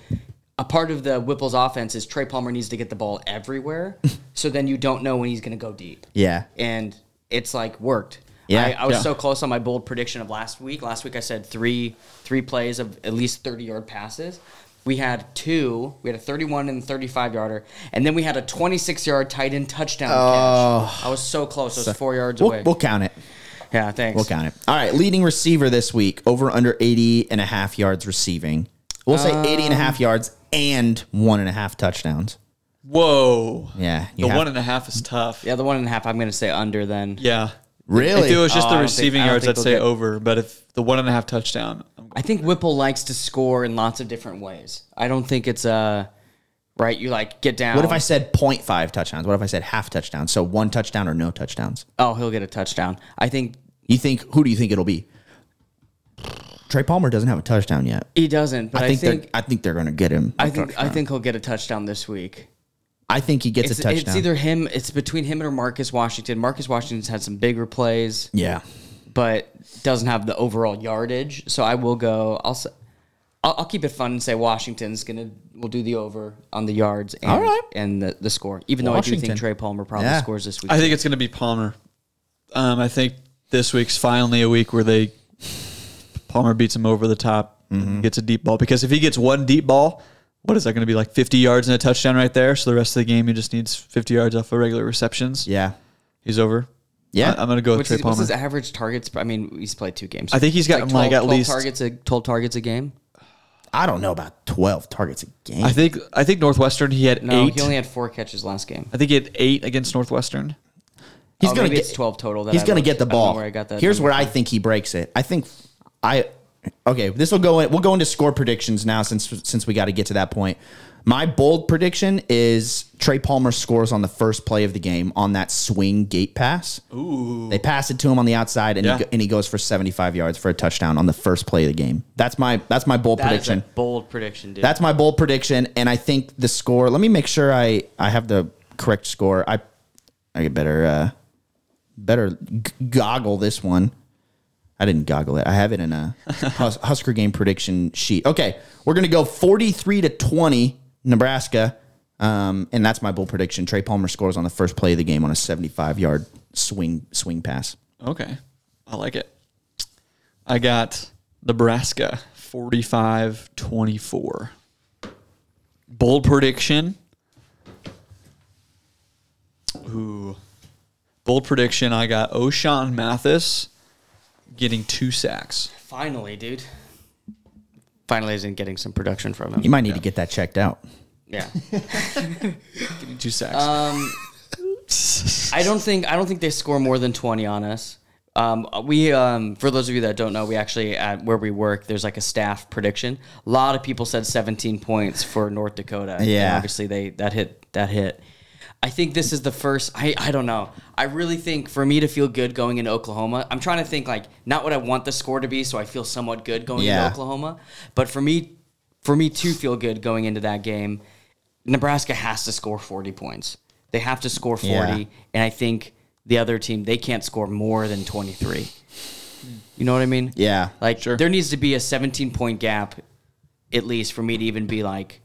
Speaker 4: a part of the Whipple's offense is Trey Palmer needs to get the ball everywhere. so then you don't know when he's going to go deep.
Speaker 1: Yeah.
Speaker 4: And it's like worked.
Speaker 1: Yeah,
Speaker 4: I, I was
Speaker 1: yeah.
Speaker 4: so close on my bold prediction of last week. Last week I said three three plays of at least 30 yard passes. We had two. We had a 31 and 35 yarder, and then we had a 26 yard tight end touchdown catch. I was so close. I was four yards
Speaker 1: Oh. We'll,
Speaker 4: away.
Speaker 1: we'll count it.
Speaker 4: yeah, thanks.
Speaker 1: We'll count it. All right, leading receiver this week, over under 80 and a half yards receiving. We'll say 80 and a half yards and one and a half touchdowns.
Speaker 3: Whoa.
Speaker 1: Yeah, you
Speaker 3: The
Speaker 1: have-
Speaker 3: one and a half is tough.
Speaker 4: The other one and a half, I'm going to say under then.
Speaker 3: Yeah.
Speaker 1: Really?
Speaker 3: If it was just
Speaker 4: Oh, I
Speaker 3: the
Speaker 4: don't
Speaker 3: receiving
Speaker 4: think- I don't
Speaker 3: yards,
Speaker 4: think
Speaker 3: I'd
Speaker 4: they'll
Speaker 3: say
Speaker 4: get-
Speaker 3: over. But if the one and a half touchdown, I'm
Speaker 4: I think Whipple likes to score in lots of different ways. I don't think it's uh, right. You like get down.
Speaker 1: What if I said 0.5 touchdowns? What if I said half touchdowns? So one touchdown or no touchdowns?
Speaker 4: Oh, he'll get a touchdown. I think
Speaker 1: You think who do you think it'll be? Trey Palmer doesn't have a touchdown yet.
Speaker 4: he doesn't, but
Speaker 1: I
Speaker 4: I
Speaker 1: think,
Speaker 4: think
Speaker 1: they're, I think they're going to get him. a
Speaker 4: I think I
Speaker 1: touchdown.
Speaker 4: think he'll get a touchdown this week.
Speaker 1: I think he gets
Speaker 4: It's,
Speaker 1: a touchdown.
Speaker 4: it's either him. It's between him or Marcus Washington. Marcus Washington's had some bigger plays,
Speaker 1: yeah.
Speaker 4: but doesn't have the overall yardage. So I will go. I'll s- I'll, I'll keep it fun and say Washington's gonna. We'll do the over on the yards and
Speaker 1: All right.
Speaker 4: and the, the score. Even though I do
Speaker 1: Washington.
Speaker 4: think Trey Palmer probably
Speaker 1: Yeah.
Speaker 4: scores this week.
Speaker 3: I think it's going to be Palmer. Um, I think this week's finally a week where they Palmer beats him over the top, and gets a deep ball because if he gets one deep ball, what is that going to be like fifty yards and a touchdown right there? So the rest of the game he just needs fifty yards off of regular receptions.
Speaker 1: Yeah.
Speaker 3: he's over.
Speaker 1: Yeah.
Speaker 3: I, am going to go with
Speaker 4: What's
Speaker 3: Trey
Speaker 4: his, what's
Speaker 3: Palmer.
Speaker 4: his average targets? I mean, he's played two games.
Speaker 3: I think he's got, like, at least-
Speaker 4: targets a twelve targets a game.
Speaker 1: I don't know about 12 targets a game.
Speaker 3: I think I think Northwestern he had
Speaker 4: No,
Speaker 3: eight.
Speaker 4: he only had four catches last game.
Speaker 3: I think he had eight against Northwestern.
Speaker 1: he's
Speaker 4: Oh,
Speaker 1: going to
Speaker 4: maybe
Speaker 1: get
Speaker 4: it's twelve total. That
Speaker 1: he's
Speaker 4: I
Speaker 1: going to get
Speaker 4: looked.
Speaker 1: the
Speaker 4: I don't know
Speaker 1: ball.
Speaker 4: where I got that.
Speaker 1: Here's
Speaker 4: number.
Speaker 1: where I think he breaks it. I think I okay. This will go in. We'll go into score predictions now since since we got to get to that point. My bold prediction is Trey Palmer scores on the first play of the game on that swing gate pass. Ooh. They pass it to him on the outside and,
Speaker 3: Yeah.
Speaker 1: he, go- and he goes for 75 yards for a touchdown on the first play of the game. That's my that's my bold
Speaker 4: That is
Speaker 1: prediction.
Speaker 4: a bold prediction, dude.
Speaker 1: That's my bold prediction, and I think the score. Let me make sure I I have the correct score. I I get better uh better g- goggle this one. I didn't goggle it. I have it in a Hus- Husker game prediction sheet. Okay, we're gonna go forty three to twenty Nebraska, um, and that's my bold prediction. Trey Palmer scores on the first play of the game on a seventy five yard swing swing pass.
Speaker 3: Okay. I like it. I got Nebraska 45 24. Bold prediction. Ooh. Bold prediction. I got O'Shawn Mathis getting two sacks.
Speaker 4: Finally, dude. Finally, isn't getting some production from
Speaker 1: You
Speaker 4: him.
Speaker 1: might need to get that checked out.
Speaker 4: Yeah.
Speaker 3: Getting two sacks.
Speaker 4: Um, I don't think I don't think they score more than twenty on us. Um, we um, for those of you that don't know, we actually at where we work, there's like a staff prediction. A lot of people said 17 points for North Dakota. and
Speaker 1: Yeah.
Speaker 4: obviously they that hit that hit. I think this is the first. I I don't know. I really think for me to feel good going into Oklahoma, I'm trying to think like not what I want the score to be, so I feel somewhat good going
Speaker 1: Yeah.
Speaker 4: into Oklahoma. But for me, for me to feel good going into that game, Nebraska has to score 40 points. They have to score 40,
Speaker 1: Yeah.
Speaker 4: and I think the other team they can't score more than 23. You know what I mean?
Speaker 1: Yeah,
Speaker 4: Like there needs to be a 17 point gap at least for me to even be like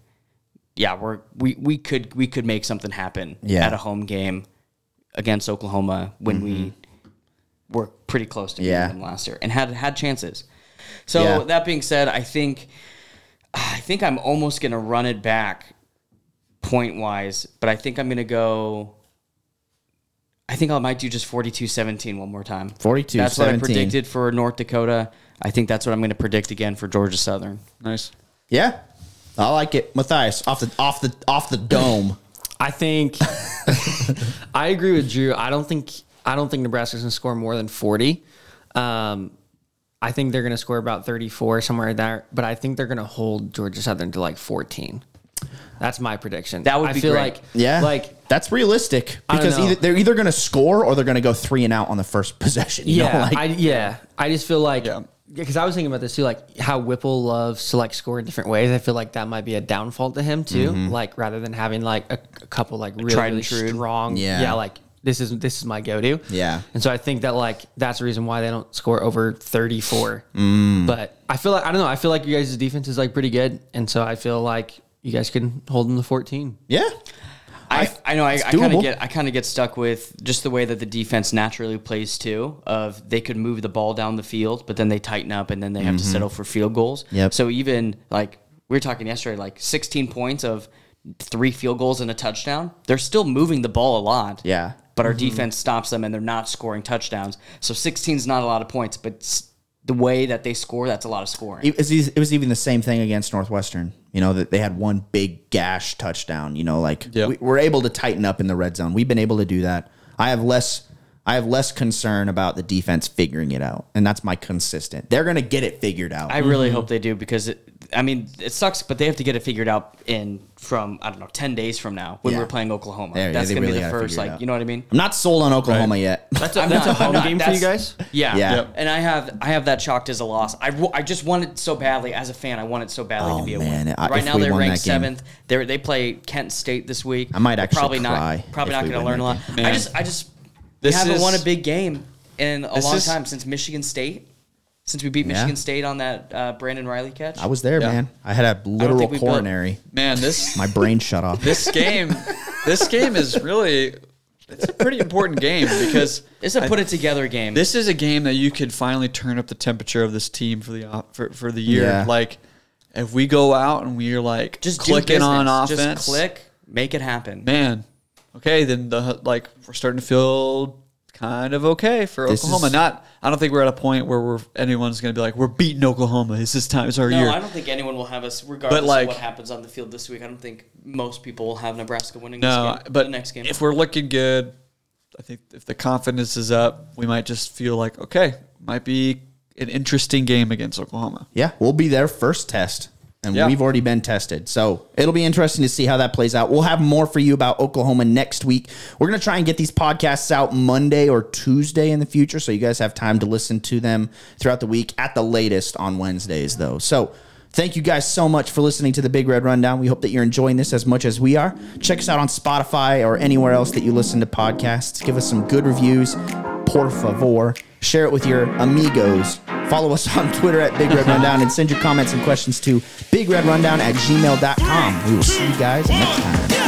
Speaker 4: yeah, we're we we could we could make something happen
Speaker 1: Yeah.
Speaker 4: at a home game against Oklahoma when we were pretty close to beating
Speaker 1: Mm-hmm. Yeah.
Speaker 4: them last year and had had chances. So
Speaker 1: Yeah.
Speaker 4: that being said, I think I think I'm almost gonna run it back point wise, but I think I'm gonna go. I think I might do just 42-17 one more time.
Speaker 1: 42-17.
Speaker 4: That's what I predicted for North Dakota. I think that's what I'm going to predict again for Georgia Southern.
Speaker 3: nice.
Speaker 1: yeah, I like it, Matthias. Off the off the off the dome.
Speaker 2: I think I agree with Drew. I don't think I don't think Nebraska's gonna score more than forty. Um, I think they're gonna score about thirty-four somewhere like that. But I think they're gonna hold Georgia Southern to like fourteen. That's my prediction.
Speaker 4: That would
Speaker 2: I
Speaker 4: be
Speaker 2: feel
Speaker 4: great.
Speaker 2: like
Speaker 1: Yeah,
Speaker 2: like
Speaker 1: that's realistic
Speaker 2: I don't
Speaker 1: because
Speaker 2: know.
Speaker 1: either, they're either going to score or they're going to go three and out on the first possession. You
Speaker 2: yeah,
Speaker 1: know, like,
Speaker 2: I, yeah. I just feel like
Speaker 3: Yeah.
Speaker 2: because I was thinking about this too, like how Whipple loves to like score in different ways. I feel like that might be a downfall to him too. Like rather than having like a, a couple like really,
Speaker 4: tried and
Speaker 2: really
Speaker 4: true.
Speaker 2: strong,
Speaker 1: Yeah.
Speaker 2: like this is this is my go to.
Speaker 1: Yeah.
Speaker 2: and so I think that like that's the reason why they don't score over thirty four. But I feel like I don't know. I feel like you guys' defense is like pretty good, and so I feel like you guys can hold them to fourteen.
Speaker 1: yeah,
Speaker 4: I, I know I, I kind
Speaker 1: doable.
Speaker 4: of get I kind of get stuck with just the way that the defense naturally plays too. Of they could move the ball down the field, but then they tighten up and then they have to settle for field goals.
Speaker 1: Mm-hmm. Yep.
Speaker 4: So even like we were talking yesterday, like 16 points of three field goals and a touchdown, they're still moving the ball a lot.
Speaker 1: Yeah. Mm-hmm.
Speaker 4: But our defense stops them and they're not scoring touchdowns. So 16 is not a lot of points, but s- the way that they score, that's a lot of scoring.
Speaker 1: it was, e, it was even the same thing against Northwestern. You know that they had one big gash touchdown. You know, like
Speaker 3: Yeah.
Speaker 1: we, we're able to tighten up in the red zone. We've been able to do that. I have less. I have less concern about the defense figuring it out, and that's my consistent. They're going to get it figured out.
Speaker 4: I really hope they do because it, I mean it sucks, but they have to get it figured out in from I don't know ten days from now when
Speaker 1: Yeah.
Speaker 4: we're playing Oklahoma.
Speaker 1: There, yeah,
Speaker 4: That's
Speaker 1: they
Speaker 4: gonna
Speaker 1: really
Speaker 4: be the
Speaker 1: gotta
Speaker 4: first,
Speaker 1: figure it
Speaker 4: like
Speaker 1: out.
Speaker 4: you know what I mean.
Speaker 1: I'm not sold on Oklahoma yet.
Speaker 2: That's a, that's a home game for you guys.
Speaker 4: Yeah,
Speaker 1: Yeah.
Speaker 3: Yep.
Speaker 4: And I have I have that chalked as a loss. I, w- I just want it so badly as a fan. I want it so badly
Speaker 1: Oh,
Speaker 4: to be a
Speaker 1: man,
Speaker 4: win.
Speaker 1: I-
Speaker 4: right
Speaker 1: if
Speaker 4: now
Speaker 1: we
Speaker 4: they're
Speaker 1: won that
Speaker 4: ranked
Speaker 1: game-
Speaker 4: seventh. They they play Kent State this week.
Speaker 1: I might
Speaker 4: We're
Speaker 1: actually
Speaker 4: probably
Speaker 1: cry
Speaker 4: not probably
Speaker 1: if
Speaker 4: not
Speaker 1: we
Speaker 4: going to
Speaker 1: win
Speaker 4: learn a
Speaker 1: that
Speaker 4: lot.
Speaker 3: game.
Speaker 4: I
Speaker 3: Man.
Speaker 4: just I just
Speaker 3: This
Speaker 4: we haven't
Speaker 3: is-
Speaker 4: won a big game in a
Speaker 3: This
Speaker 4: long
Speaker 3: is-
Speaker 4: time since Michigan State. Since we beat
Speaker 1: Yeah.
Speaker 4: Michigan State on that uh, Brandon Riley catch,
Speaker 1: I was there,
Speaker 3: Yeah.
Speaker 1: man. I had a literal
Speaker 4: think we built-
Speaker 1: coronary.
Speaker 3: Man, this
Speaker 1: My brain shut off.
Speaker 3: this game this game is really it's a pretty important game because
Speaker 4: It's a
Speaker 3: I-
Speaker 4: put it together game.
Speaker 3: This is a game that you could finally turn up the temperature of this team for the op- for, for the year.
Speaker 1: Yeah.
Speaker 3: Like if we go out and we're like
Speaker 4: just do
Speaker 3: clicking on
Speaker 4: business.
Speaker 3: offense,
Speaker 4: Just click, make it happen.
Speaker 3: man. Okay, then the like we're starting to feel kind of okay for
Speaker 1: This
Speaker 3: Oklahoma.
Speaker 1: is-
Speaker 3: Not I don't think we're at a point where we're anyone's going to be like we're beating Oklahoma. It's this time. It's our
Speaker 4: no,
Speaker 3: year.
Speaker 4: I don't think anyone will have us, regardless
Speaker 3: But, like-
Speaker 4: of what happens on the field this week. I don't think most people will have Nebraska winning
Speaker 3: No,
Speaker 4: this game.
Speaker 3: but
Speaker 4: the next game,
Speaker 3: if we're looking good, I think if the confidence is up, we might just feel like okay, might be an interesting game against Oklahoma.
Speaker 1: Yeah, we'll be their first test. and
Speaker 3: Yeah.
Speaker 1: we've already been tested. So it'll be interesting to see how that plays out. We'll have more for you about Oklahoma next week. We're going to try and get these podcasts out Monday or Tuesday in the future, so you guys have time to listen to them throughout the week at the latest on Wednesdays, though. So. Thank you guys so much for listening to the Big Red Rundown. We hope that you're enjoying this as much as we are. Check us out on Spotify or anywhere else that you listen to podcasts. Give us some good reviews, por favor. Share it with your amigos. Follow us on Twitter at Big Red Rundown and send your comments and questions to bigredrundown at gmail.com. We will see you guys next time.